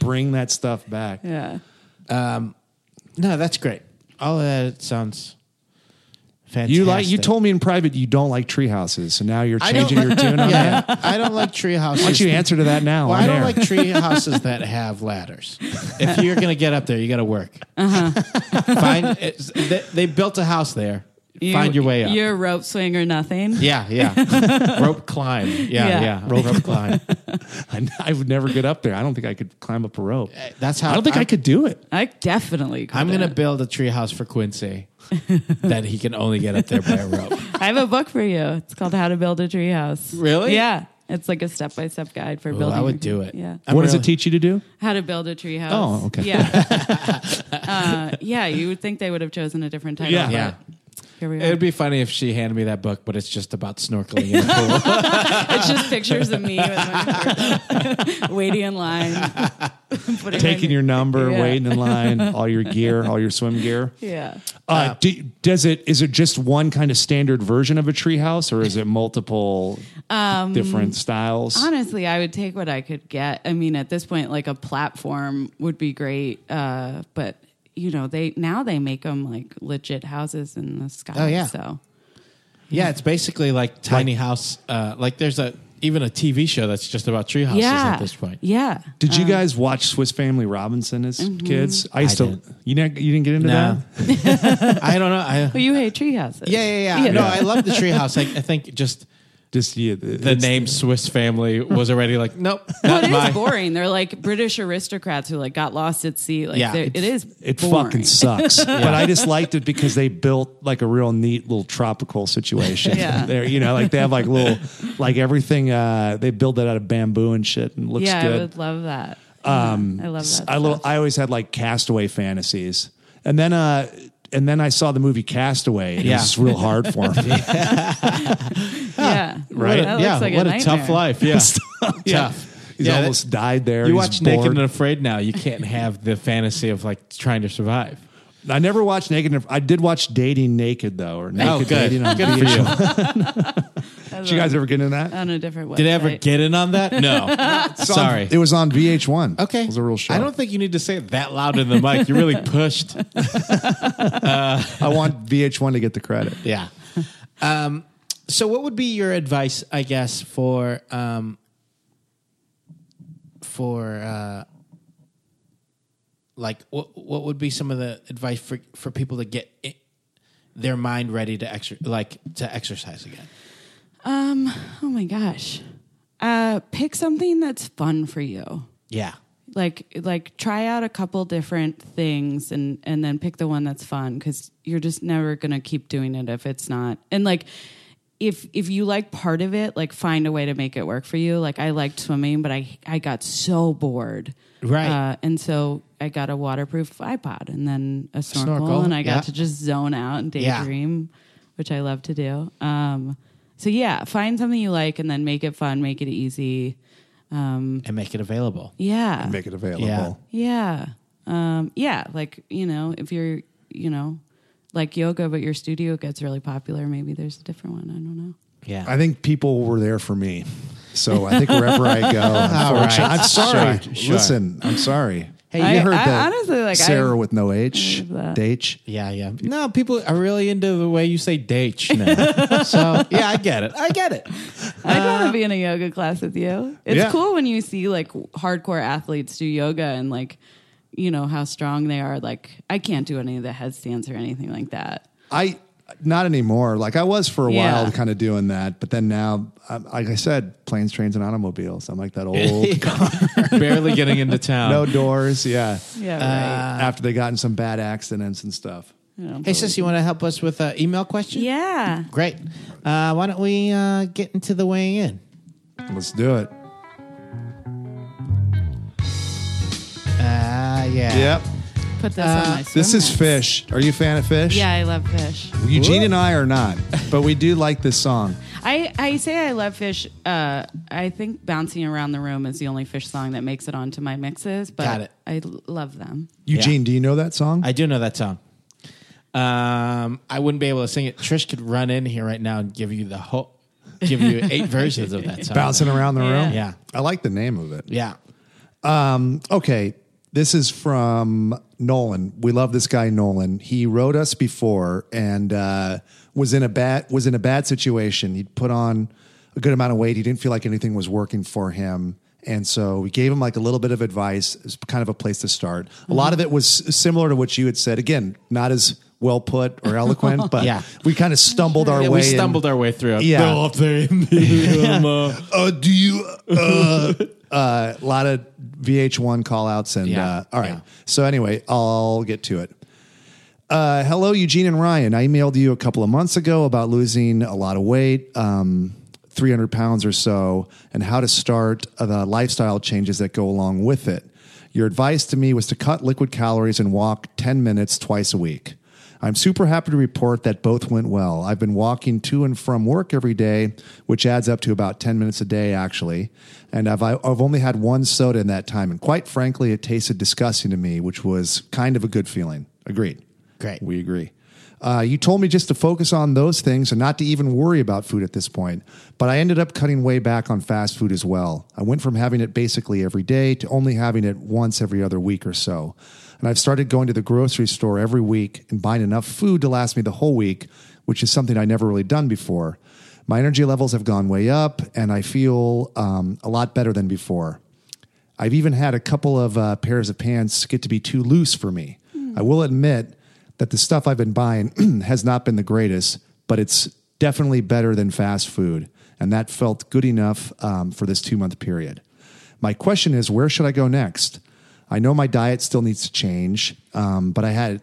Speaker 3: Bring that stuff back.
Speaker 4: yeah.
Speaker 5: No, that's great. All of that sounds fantastic.
Speaker 3: You like you told me in private you don't like tree houses, so now you're
Speaker 5: I don't
Speaker 3: changing your
Speaker 5: like-
Speaker 3: tune on
Speaker 5: Yeah,
Speaker 3: that.
Speaker 5: I don't like tree houses.
Speaker 3: Why don't you answer to that now?
Speaker 5: Well,
Speaker 3: on
Speaker 5: I don't
Speaker 3: air?
Speaker 5: like tree houses that have ladders. If you're gonna get up there, you got to work.
Speaker 3: Uh-huh.
Speaker 5: Find it's- they, they built a house there.
Speaker 4: You-
Speaker 5: Find your way up.
Speaker 4: You're a rope swing or nothing.
Speaker 5: yeah, yeah. Rope climb. Yeah, yeah.
Speaker 4: Yeah.
Speaker 5: Rope, climb.
Speaker 3: I, I would never get up there. I don't think I could climb up a rope.
Speaker 5: That's how
Speaker 3: I don't think i
Speaker 5: I'm-
Speaker 3: could do it.
Speaker 4: I definitely. Could
Speaker 5: I'm gonna build a tree house for Quincy that he can only get up there by a rope.
Speaker 4: I have a book for you. It's called How to Build a Treehouse.
Speaker 5: Really?
Speaker 4: Yeah. It's like a step by step guide for
Speaker 5: Well,
Speaker 4: building.
Speaker 5: I
Speaker 4: your-
Speaker 5: would do it.
Speaker 4: Yeah.
Speaker 5: I'm
Speaker 3: what does
Speaker 5: really-
Speaker 3: it teach you to do?
Speaker 4: How to build a treehouse.
Speaker 3: Oh, okay.
Speaker 4: Yeah. uh, yeah. You would think they would have chosen a different title.
Speaker 3: Yeah.
Speaker 4: but
Speaker 5: Yeah.
Speaker 4: Here we are.
Speaker 5: It'd be funny if she handed me that book, but it's just about snorkeling in a pool.
Speaker 4: it's just pictures of me with my waiting in line, putting
Speaker 3: Taking
Speaker 4: my-
Speaker 3: your number,
Speaker 4: Yeah.
Speaker 3: waiting in line, all your gear, all your swim gear.
Speaker 4: Yeah.
Speaker 3: Uh, do, does it? Is it just one kind of standard version of a treehouse, or is it multiple
Speaker 5: Um,
Speaker 3: different styles?
Speaker 4: Honestly, I would take what I could get. I mean, at this point, like a platform would be great. Uh, but you know, they now they make them like legit houses in the sky.
Speaker 5: Oh, yeah.
Speaker 4: So
Speaker 5: yeah, it's basically like tiny house. Uh, like there's a even a TV show that's just about tree houses
Speaker 4: yeah,
Speaker 5: at this point.
Speaker 4: yeah.
Speaker 3: Did you guys watch Swiss Family Robinson as
Speaker 4: Mm-hmm.
Speaker 3: kids? I used
Speaker 5: I
Speaker 3: to.
Speaker 5: didn't.
Speaker 3: You didn't. You didn't get into
Speaker 5: No,
Speaker 3: that.
Speaker 5: I don't know. I,
Speaker 4: Well, Oh, you hate tree houses.
Speaker 5: yeah, yeah, yeah, No,
Speaker 3: Yeah.
Speaker 5: I love the tree house. I, I think just
Speaker 3: Just yeah, the
Speaker 5: the name Swiss Family was already like, nope,
Speaker 4: Well,
Speaker 5: not
Speaker 4: it
Speaker 5: mine.
Speaker 4: is boring. They're like British aristocrats who like got lost at sea. Like
Speaker 5: Yeah.
Speaker 4: yeah, it is.
Speaker 3: It
Speaker 4: boring.
Speaker 3: fucking sucks. But I just liked it because they built like a real neat little tropical situation.
Speaker 4: Yeah.
Speaker 3: There, you know, like they have like little, like everything. Uh, they build it out of bamboo and shit, and it looks
Speaker 4: Yeah,
Speaker 3: good.
Speaker 4: I would love that. Um, I love that.
Speaker 3: I, lo-
Speaker 4: stuff.
Speaker 3: I always had like castaway fantasies, and then uh, and then I saw the movie Castaway. And
Speaker 5: Yeah.
Speaker 3: It was just real hard for me.
Speaker 4: yeah, That looks
Speaker 5: What a- Ah, yeah,
Speaker 4: like
Speaker 5: what a,
Speaker 4: a
Speaker 5: tough
Speaker 4: nightmare.
Speaker 5: life. Yeah, tough.
Speaker 3: He's
Speaker 5: Yeah, that-
Speaker 3: almost died there. He's
Speaker 5: You watch Naked
Speaker 3: bored.
Speaker 5: and Afraid now. You can't have the fantasy of like trying to survive.
Speaker 3: I never watched Naked. and Af- I did watch Dating Naked though, or Naked
Speaker 5: Oh, good.
Speaker 3: Dating on
Speaker 5: Good for
Speaker 3: VH1.
Speaker 5: you.
Speaker 3: Did you guys ever get into that?
Speaker 4: on a different website.
Speaker 5: Did I ever get in on that? No.
Speaker 3: It's on-
Speaker 5: Sorry.
Speaker 3: it was on VH1.
Speaker 5: Okay.
Speaker 3: it was a real show.
Speaker 5: I don't think you need to say it that loud in the mic. You really pushed.
Speaker 3: I want VH1 to get the credit.
Speaker 5: Yeah. Um, so, what would be your advice, I guess, for um, for uh, like what what would be some of the advice for for people to get i their mind ready to exer- like to exercise again?
Speaker 4: Um. Oh my gosh. Uh, pick something that's fun for you.
Speaker 5: Yeah.
Speaker 4: Like, like try out a couple different things, and and then pick the one that's fun because you're just never gonna keep doing it if it's not. And like, if if you like part of it, like find a way to make it work for you. Like I liked swimming, but I I got so bored.
Speaker 5: Right.
Speaker 4: Uh, and so I got a waterproof iPod and then a snorkel,
Speaker 5: Snorkel,
Speaker 4: and I got
Speaker 5: yeah.
Speaker 4: to just zone out and
Speaker 5: Yeah.
Speaker 4: daydream, which I love to do. Um, so yeah, find something you like and then make it fun, make it easy.
Speaker 5: and make it available.
Speaker 4: Yeah.
Speaker 3: Make it available.
Speaker 5: Yeah.
Speaker 4: Yeah. Um, yeah. Like, you know, if you're, you know, like yoga, but your studio gets really popular, maybe there's a different one. I don't know.
Speaker 5: Yeah.
Speaker 3: I think people were there for me. So I think wherever I go, unfortunately- I'm sorry.
Speaker 5: Sure, sure.
Speaker 3: Listen, I'm sorry. Hey,
Speaker 4: I-
Speaker 3: you heard
Speaker 4: I
Speaker 3: that?
Speaker 4: honestly, like, I-
Speaker 3: Sarah with no H, H.
Speaker 5: yeah, yeah. No, people are really into the way you say date now. so yeah, I get it. I get it.
Speaker 4: I'd want to be in a yoga class with you. It's
Speaker 3: Uh, yeah.
Speaker 4: cool when you see like hardcore athletes do yoga and like, you know, how strong they are. Like, I can't do any of the headstands or anything like that.
Speaker 3: I not anymore. Like I was for a
Speaker 4: Yeah.
Speaker 3: while, kind of doing that, but then now, I, like I said, planes, trains, and automobiles. I'm like that old,
Speaker 5: Barely getting into town.
Speaker 3: no doors. Yeah,
Speaker 4: Yeah.
Speaker 5: Uh,
Speaker 3: Uh,
Speaker 4: right.
Speaker 3: After they got in some bad accidents and stuff.
Speaker 5: Hey, sis, you want to help us with an email question?
Speaker 4: Yeah.
Speaker 5: Great. Uh, why don't we uh, get into the way in?
Speaker 3: Let's do it.
Speaker 5: Ah, yeah.
Speaker 3: Yep.
Speaker 4: Put this on my
Speaker 3: uh, This
Speaker 4: swim
Speaker 3: is
Speaker 4: hat.
Speaker 3: fish. Are you a fan of fish?
Speaker 4: Yeah, I love fish.
Speaker 3: Eugene and I are not, but we do like this song.
Speaker 4: I, I say I love fish. Uh, I think Bouncing Around the Room is the only fish song that makes it onto my mixes, but
Speaker 5: Got it.
Speaker 4: I l- love them.
Speaker 3: Eugene, do you know that song?
Speaker 5: I do know that song. Um, I wouldn't be able to sing it. Trish could run in here right now and give you the whole, give you eight versions of that song.
Speaker 3: Bouncing around the room.
Speaker 5: Yeah.
Speaker 3: I like the name of it.
Speaker 5: Yeah.
Speaker 3: Okay. This is from Nolan. We love this guy Nolan. He wrote us before and uh, was in a bad was in a bad situation. He'd put on a good amount of weight. He didn't feel like anything was working for him. And so we gave him like a little bit of advice. It's kind of a place to start.
Speaker 5: Mm-hmm.
Speaker 3: A lot of it was similar to what you had said. Again, not as well put or eloquent, but
Speaker 5: Yeah.
Speaker 3: we kind of stumbled our
Speaker 5: Yeah,
Speaker 3: way.
Speaker 5: we
Speaker 3: in.
Speaker 5: stumbled our way through.
Speaker 3: Yeah.
Speaker 5: They're up there in the um, uh,
Speaker 3: uh, do you uh, uh, a lot of VH1 call outs and
Speaker 5: Yeah,
Speaker 3: uh, all right.
Speaker 5: yeah.
Speaker 3: So anyway, I'll get to it. Uh, hello, Eugene and Ryan. I emailed you a couple of months ago about losing a lot of weight, um, 300 pounds or so, and how to start uh, the lifestyle changes that go along with it. Your advice to me was to cut liquid calories and walk 10 minutes twice a week. I'm super happy to report that both went well. I've been walking to and from work every day, which adds up to about 10 minutes a day, actually. And I've, I've only had one soda in that time. And quite frankly, it tasted disgusting to me, which was kind of a good feeling. Agreed.
Speaker 5: Great.
Speaker 3: We agree. Uh, you told me just to focus on those things and not to even worry about food at this point. But I ended up cutting way back on fast food as well. I went from having it basically every day to only having it once every other week or so. And I've started going to the grocery store every week and buying enough food to last me the whole week, which is something I never really done before. My energy levels have gone way up and I feel um, a lot better than before. I've even had a couple of uh, pairs of pants get to be too loose for me. I will admit that the stuff I've been buying has not been the greatest, but it's definitely better than fast food. And that felt good enough um, for this two month period. My question is where should I go next? I know my diet still needs to change, um, but I had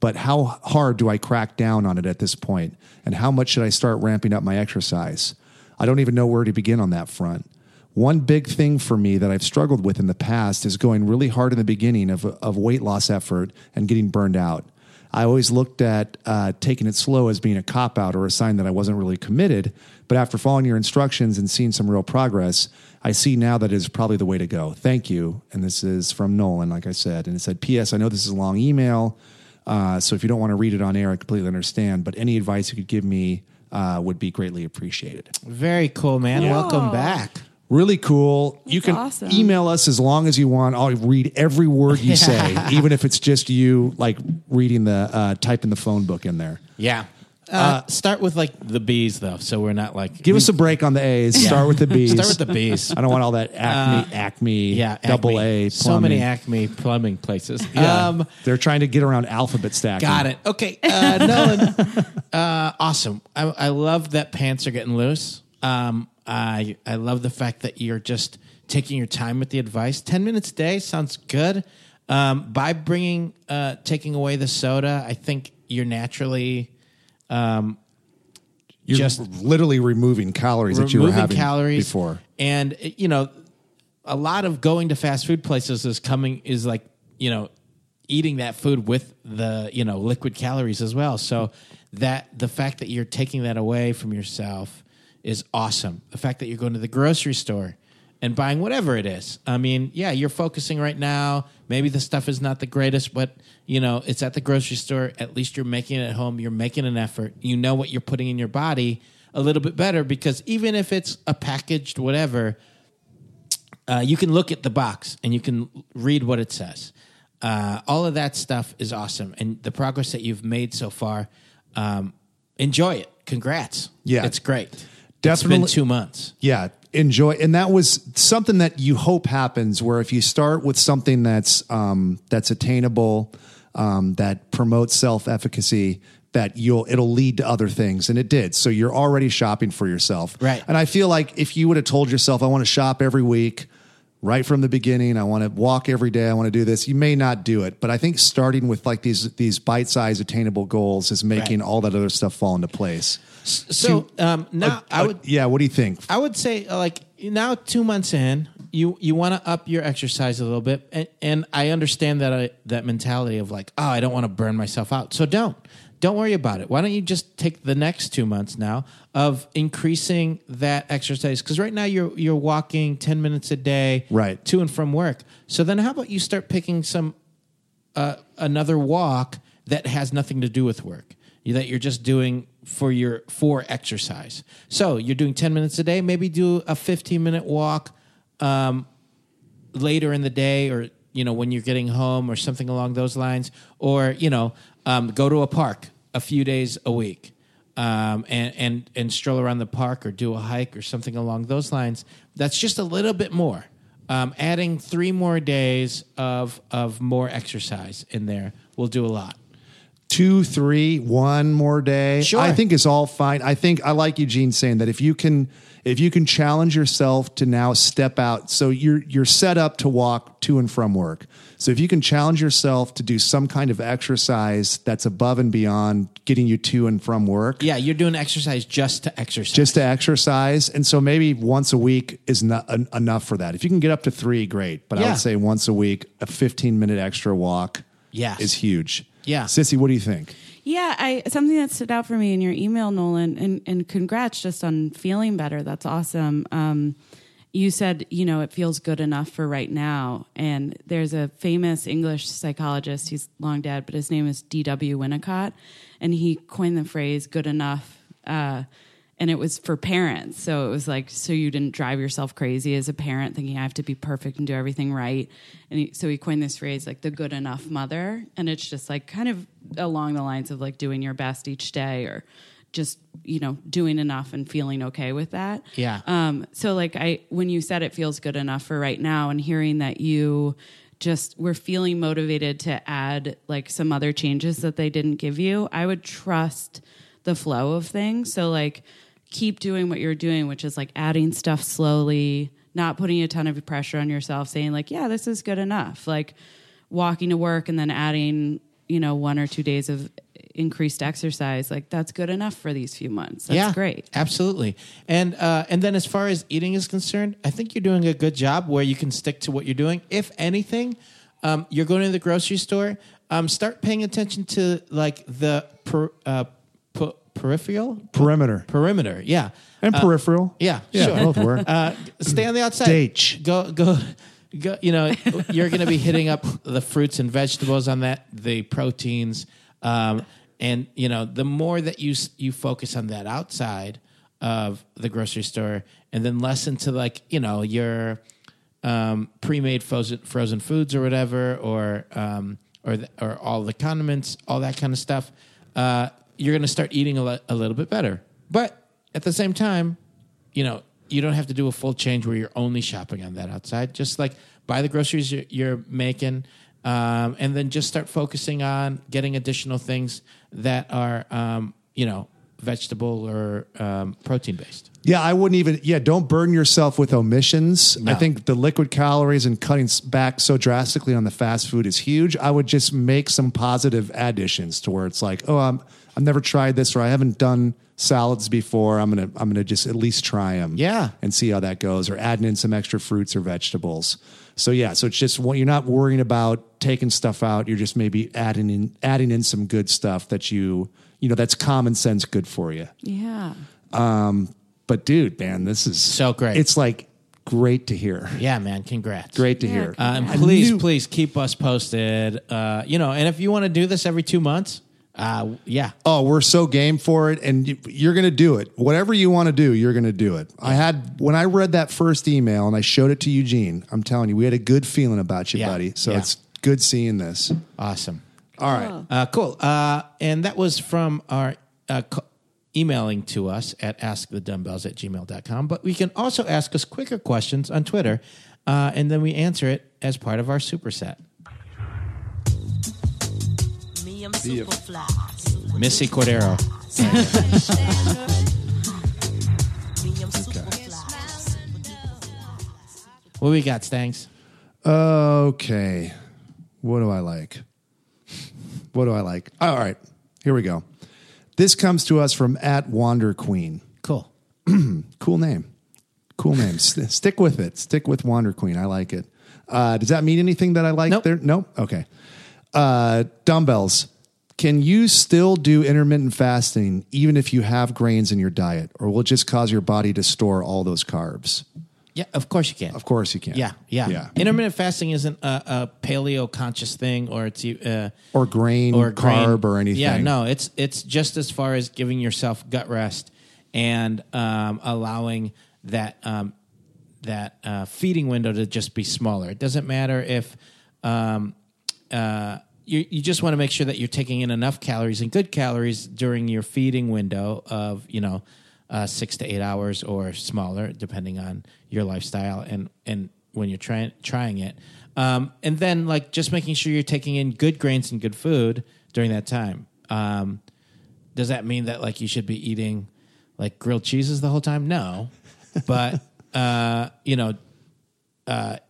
Speaker 3: but how hard do I crack down on it at this point? And how much should I start ramping up my exercise? I don't even know where to begin on that front. One big thing for me that I've struggled with in the past is going really hard in the beginning of, of weight loss effort and getting burned out. I always looked at uh, taking it slow as being a cop out or a sign that I wasn't really committed. But after following your instructions and seeing some real progress, I see now that it is probably the way to go. Thank you. And this is from Nolan, like I said. And it said, P.S. I know this is a long email. Uh, so if you don't want to read it on air, I completely understand. But any advice you could give me uh, would be greatly appreciated.
Speaker 5: Very cool, man. Welcome back.
Speaker 3: Really cool. you
Speaker 4: That's
Speaker 3: can
Speaker 4: awesome.
Speaker 3: email us as long as you want. I'll read every word you say, even if it's just you like reading the uh, typing the phone book in there.
Speaker 5: Yeah. Uh, start with like the bees though, so we're not like
Speaker 3: Give us a break on the A's. Start with the B's.
Speaker 5: start with the bees.
Speaker 3: I don't want all that acme, acme,
Speaker 5: yeah,
Speaker 3: double
Speaker 5: Acme.
Speaker 3: A. Plumbing.
Speaker 5: So many Acme plumbing places.
Speaker 3: Yeah.
Speaker 5: Um,
Speaker 3: They're trying to get around alphabet stacking.
Speaker 5: Got it. Okay, uh, Nolan. Uh, awesome. I, I love that pants are getting loose. Um, I I love the fact that you're just taking your time with the advice. Ten minutes a day sounds good. Um, by bringing uh, taking away the soda, I think you're naturally
Speaker 3: You're
Speaker 5: Just-
Speaker 3: just literally removing calories that you were
Speaker 5: removing
Speaker 3: having
Speaker 5: calories
Speaker 3: before.
Speaker 5: and you know a lot of going to fast food places is coming is like you know eating that food with the you know liquid calories as well so that the fact that you're taking that away from yourself is awesome the fact that you're going to the grocery store and buying whatever it is i mean yeah you're focusing right now maybe the stuff is not the greatest but you know it's at the grocery store at least you're making it at home you're making an effort you know what you're putting in your body a little bit better because even if it's a packaged whatever, uh, you can look at the box and you can read what it says. Uh, all of that stuff is awesome, and the progress that you've made so far, um, enjoy it. Congrats!
Speaker 3: Yeah.
Speaker 5: it's great.
Speaker 3: Definitely-
Speaker 5: it's been two months.
Speaker 3: Yeah, enjoy. And that was something that you hope happens where if you start with something that's um, that's attainable, um, that promotes self efficacy, that you'll it'll lead to other things, and it did. So you're already shopping for yourself,
Speaker 5: Right.
Speaker 3: And I feel like if you would have told yourself, "I want to shop every week." Right from the beginning, I want to walk every day. I want to do this. You may not do it, but I think starting with like these these bite sized attainable goals is making all that other stuff fall into place.
Speaker 5: So um, now I
Speaker 3: Uh,
Speaker 5: would
Speaker 3: yeah. What do you think?
Speaker 5: I would say uh, like now two months in, you you want to up your exercise a little bit, and, and I understand that I, that mentality of like, oh, I don't want to burn myself out, so don't don't worry about it. Why don't you just take the next two months now of increasing that exercise? Because right now you're you're walking ten minutes a day,
Speaker 3: Right.
Speaker 5: to and from work. So then, how about you start picking some another walk that has nothing to do with work that you're just doing for your for exercise so you're doing 10 minutes a day maybe do a 15 minute walk um, later in the day or you know when you're getting home or something along those lines or you know um, go to a park a few days a week um, and and and stroll around the park or do a hike or something along those lines that's just a little bit more um, adding three more days of of more exercise in there will do a lot
Speaker 3: two, three, one more day.
Speaker 5: Sure.
Speaker 3: I think it's all fine. I think I like Eugene saying that if you can if you can challenge yourself to now step out, so you're you're set up to walk to and from work. So if you can challenge yourself to do some kind of exercise that's above and beyond getting you to and from work.
Speaker 5: yeah you're doing exercise just to exercise
Speaker 3: Just to exercise, and so maybe once a week is not en- enough for that. If you can get up to three, great. But I
Speaker 5: Yeah.
Speaker 3: would say once a week, a fifteen-minute extra walk,
Speaker 5: Yes.
Speaker 3: is huge.
Speaker 5: Yeah.
Speaker 3: Sissy, what do you think?
Speaker 4: Yeah, I something that stood out for me in your email, Nolan, and and congrats just on feeling better. That's awesome. Um, you said you know it feels good enough for right now, and there's a famous English psychologist. He's long dead, but his name is D.W. Winnicott, and he coined the phrase "good enough." Uh, and it was for parents. So it was like, so you didn't drive yourself crazy as a parent thinking I have to be perfect and do everything right. And he, so he coined this phrase, like the good enough mother. And it's just like kind of along the lines of like doing your best each day or just, you know, doing enough and feeling okay with that.
Speaker 5: Yeah.
Speaker 4: Um, so like I, when you said it feels good enough for right now and hearing that you just were feeling motivated to add like some other changes that they didn't give you, I would trust the flow of things. So like keep doing what you're doing, which is like adding stuff slowly, not putting a ton of pressure on yourself, saying like, yeah, this is good enough. Like walking to work and then adding, you know, one or two days of increased exercise, like that's good enough for these few months. That's great.
Speaker 5: Absolutely. And uh, and then as far as eating is concerned, I think you're doing a good job where you can stick to what you're doing. If anything, um, you're going to the grocery store. Um, start paying attention to like the per, uh, per, peripheral
Speaker 3: Perimeter.
Speaker 5: perimeter. Yeah.
Speaker 3: and peripheral.
Speaker 5: Uh, yeah,
Speaker 3: yeah,
Speaker 5: sure.
Speaker 3: both work.
Speaker 5: Uh, stay on the outside.
Speaker 3: Date.
Speaker 5: Go go. Go, you know, you're going to be hitting up the fruits and vegetables on that, the proteins, um, and you know, the more that you s- you focus on that outside of the grocery store, and then less into like you know your um, pre-made frozen frozen foods or whatever, or um, or the, or all the condiments, all that kind of stuff, uh, you're going to start eating a, li- a little bit better. But at the same time, you know, you don't have to do a full change where you're only shopping on that outside. Just like buy the groceries you're, you're making, um, and then just start focusing on getting additional things that are, um, you know, vegetable or um, protein based.
Speaker 3: Yeah, I wouldn't even. Yeah, don't burden yourself with omissions. I think the liquid calories and cutting s- back so drastically on the fast food is huge. I would just make some positive additions to where it's like, oh, I'm I've never tried this, or I haven't done salads before. I'm gonna I'm gonna just at least try them.
Speaker 5: Yeah.
Speaker 3: and see how that goes, or adding in some extra fruits or vegetables. So yeah, so it's just what you're not worrying about taking stuff out. You're just maybe adding in adding in some good stuff that you you know that's common sense good for you.
Speaker 4: Yeah.
Speaker 3: But dude, man, this is
Speaker 5: So great.
Speaker 3: It's like great to hear.
Speaker 5: Yeah, man. Congrats.
Speaker 3: Great to
Speaker 4: Yeah.
Speaker 3: hear.
Speaker 5: Uh, and
Speaker 3: I
Speaker 5: please,
Speaker 3: knew-
Speaker 5: please keep us posted. Uh, you know, and if you want to do this every two months, uh, yeah,
Speaker 3: Oh, we're so game for it, and you, you're going to do it. Whatever you want to do, you're going to do it. I had when I read that first email and I showed it to Eugene. I'm telling you, we had a good feeling about you,
Speaker 5: Yeah.
Speaker 3: buddy. So
Speaker 5: Yeah.
Speaker 3: it's good seeing this.
Speaker 5: awesome.
Speaker 3: All right.
Speaker 5: Uh, cool. Uh, and that was from our uh, co- emailing to us at askthedumbbells at gmail.com. But we can also ask us quicker questions on Twitter, uh, and then we answer it as part of our superset.
Speaker 6: Me, I'm super fly. Super
Speaker 5: Missy Cordero.
Speaker 6: me, I'm super fly.
Speaker 5: What we got, Stangs?
Speaker 3: Okay. What do I like? What do I like? All right. Here we go. This comes to us from at Wander Queen.
Speaker 5: Cool.
Speaker 3: Cool name. Cool name. S- stick with it. Stick with Wander Queen. I like it. Uh, does that mean anything that I like
Speaker 5: Nope.
Speaker 3: there? No? Okay. Uh, dumbbells. Can you still do intermittent fasting even if you have grains in your diet, or will it just cause your body to store all those carbs?
Speaker 5: Yeah, of course you can.
Speaker 3: Of course you can.
Speaker 5: Yeah, yeah. Intermittent fasting isn't a, a paleo conscious thing, or it's uh,
Speaker 3: Or grain, carb,
Speaker 5: grain.
Speaker 3: or anything.
Speaker 5: Yeah, no, it's it's just as far as giving yourself gut rest and um, allowing that um, that uh, feeding window to just be smaller. It doesn't matter if um, uh, you you just want to make sure that you're taking in enough calories and good calories during your feeding window of you know uh, six to eight hours or smaller, depending on your lifestyle and and when you're trying trying it. Um, and then like just making sure you're taking in good grains and good food during that time. Um, does that mean that like you should be eating like grilled cheeses the whole time? No, but uh, you know, uh,
Speaker 3: Well,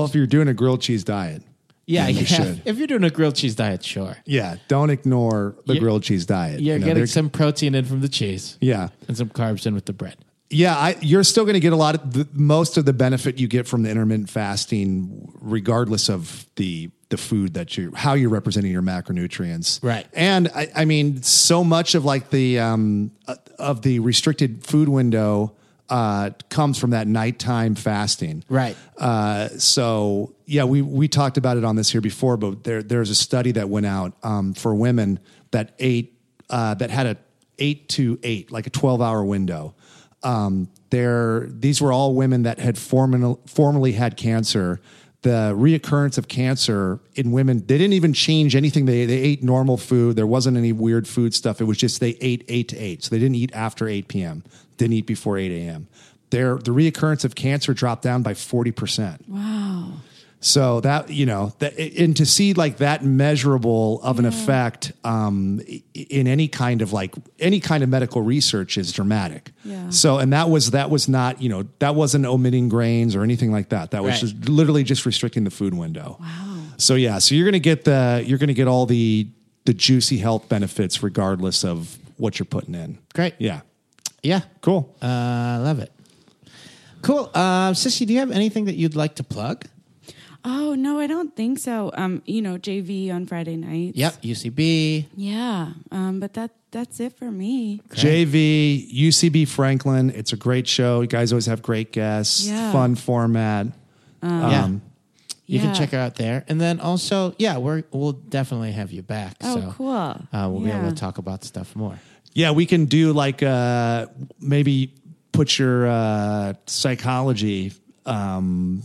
Speaker 5: Make-
Speaker 3: if you're doing a grilled cheese diet,
Speaker 5: yeah,
Speaker 3: then you
Speaker 5: yeah.
Speaker 3: should.
Speaker 5: If you're doing a grilled cheese diet, sure,
Speaker 3: Yeah, don't ignore the
Speaker 5: You're-
Speaker 3: grilled cheese diet.
Speaker 5: you're
Speaker 3: You know,
Speaker 5: getting
Speaker 3: they're-
Speaker 5: some protein in from the cheese,
Speaker 3: Yeah,
Speaker 5: and some carbs in with the bread.
Speaker 3: yeah. I, you're still going to get a lot of the, most of the benefit you get from the intermittent fasting, regardless of the the food that you how you're representing your macronutrients.
Speaker 5: Right.
Speaker 3: And I, I mean, so much of like the um, uh, of the restricted food window uh, comes from that nighttime fasting.
Speaker 5: Right.
Speaker 3: Uh, so yeah, we we talked about it on this here before, but there there's a study that went out um, for women that ate uh, that had a eight to eight, like a twelve hour window. Um, there, these were all women that had formin- formerly had cancer. The reoccurrence of cancer in women, they didn't even change anything. They they ate normal food. There wasn't any weird food stuff. It was just they ate eight to eight, so they didn't eat after eight p.m. Didn't eat before eight a.m their the reoccurrence of cancer dropped down by 40%.
Speaker 4: Wow.
Speaker 3: So that, you know, that, and to see like that measurable of an effect um, i- in any kind of like any kind of medical research is dramatic.
Speaker 4: Yeah.
Speaker 3: So, and that was, that was not, you know, that wasn't omitting grains or anything like that. That was
Speaker 5: Right.
Speaker 3: just literally just restricting the food window. Wow. So yeah, so you're going to get the, you're going to get all the, the juicy health benefits regardless of what you're putting in.
Speaker 5: Great.
Speaker 3: Yeah.
Speaker 5: Yeah,
Speaker 3: Cool.
Speaker 5: uh, I love it. Cool, uh, Sissy. Do you have anything that you'd like to plug?
Speaker 4: Oh no, I don't think so. Um, you know, JV on Friday nights.
Speaker 5: Yep, UCB.
Speaker 4: Yeah. Um, but that that's it for me.
Speaker 3: JV, UCB Franklin. It's a great show. You guys always have great guests,
Speaker 4: Yeah.
Speaker 3: fun format.
Speaker 5: yeah. Um, You can
Speaker 4: yeah.
Speaker 5: check her out there, and then also, yeah, we're, we'll definitely have you back.
Speaker 4: Oh,
Speaker 5: so,
Speaker 4: cool.
Speaker 5: Uh, we'll be able
Speaker 4: Yeah.
Speaker 5: to talk about stuff more.
Speaker 3: Yeah, we can do like uh, maybe put your uh, psychology um,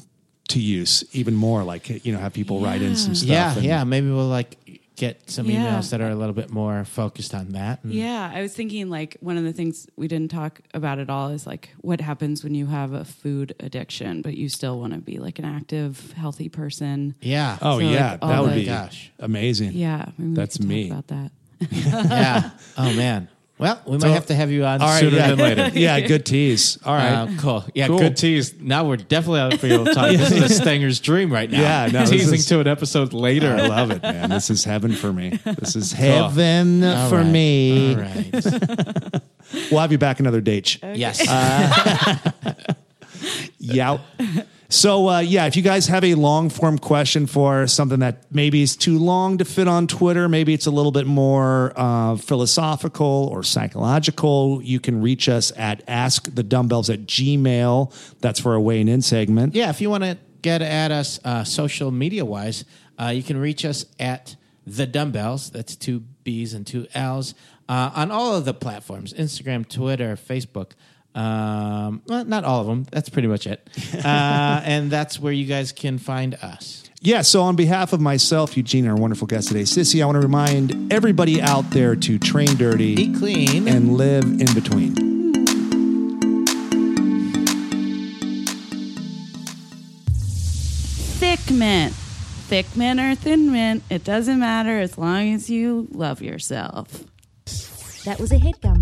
Speaker 3: to use even more. Like, you know, have people write in some stuff.
Speaker 5: Hmm. Yeah,
Speaker 3: and-
Speaker 5: yeah. Maybe we'll like get some
Speaker 4: Yeah.
Speaker 5: emails that are a little bit more focused on that. And
Speaker 4: Yeah, I was thinking like one of the things we didn't talk about at all is like what happens when you have a food addiction, but you still want to be like an active, healthy person.
Speaker 5: yeah.
Speaker 3: Oh,
Speaker 4: So, like,
Speaker 3: yeah.
Speaker 4: all
Speaker 3: that would
Speaker 4: the-
Speaker 3: be
Speaker 5: Gosh.
Speaker 3: amazing.
Speaker 4: Yeah, maybe we
Speaker 3: That's
Speaker 4: could talk
Speaker 3: me.
Speaker 4: about that.
Speaker 5: yeah. Oh man, Well, we might have to have you on
Speaker 3: All right,
Speaker 5: sooner
Speaker 3: yeah.
Speaker 5: than later.
Speaker 3: yeah, good tease. All right.
Speaker 5: Uh, cool. Yeah,
Speaker 3: Cool.
Speaker 5: good tease. Now we're definitely out for your time. This is a Stanger's dream right now.
Speaker 3: Yeah, no, this
Speaker 5: teasing
Speaker 3: is-
Speaker 5: to an episode later.
Speaker 3: I love it, man. This is heaven for me. This is heaven
Speaker 5: All
Speaker 3: for
Speaker 5: right.
Speaker 3: me.
Speaker 5: All right.
Speaker 3: We'll have you back another date.
Speaker 5: Yes.
Speaker 3: Yout. So uh, yeah, if you guys have a long form question for something that maybe is too long to fit on Twitter, maybe it's a little bit more uh, philosophical or psychological, you can reach us at askthedumbbells at gmail. That's for a Wayne in segment.
Speaker 5: yeah, if you want to get at us uh, social media wise, uh, you can reach us at the dumbbells. That's two B's and two L's uh, on all of the platforms: Instagram, Twitter, Facebook. Um, well, not all of them. That's pretty much it. Uh, and that's where you guys can find us.
Speaker 3: Yeah, so on behalf of myself, Eugene, and our wonderful guest today, Sissy, I want to remind everybody out there to train dirty
Speaker 5: Be clean.
Speaker 3: and live in between.
Speaker 4: Thick mint. Thick mint or thin mint, it doesn't matter as long as you love yourself.
Speaker 1: That was a headgum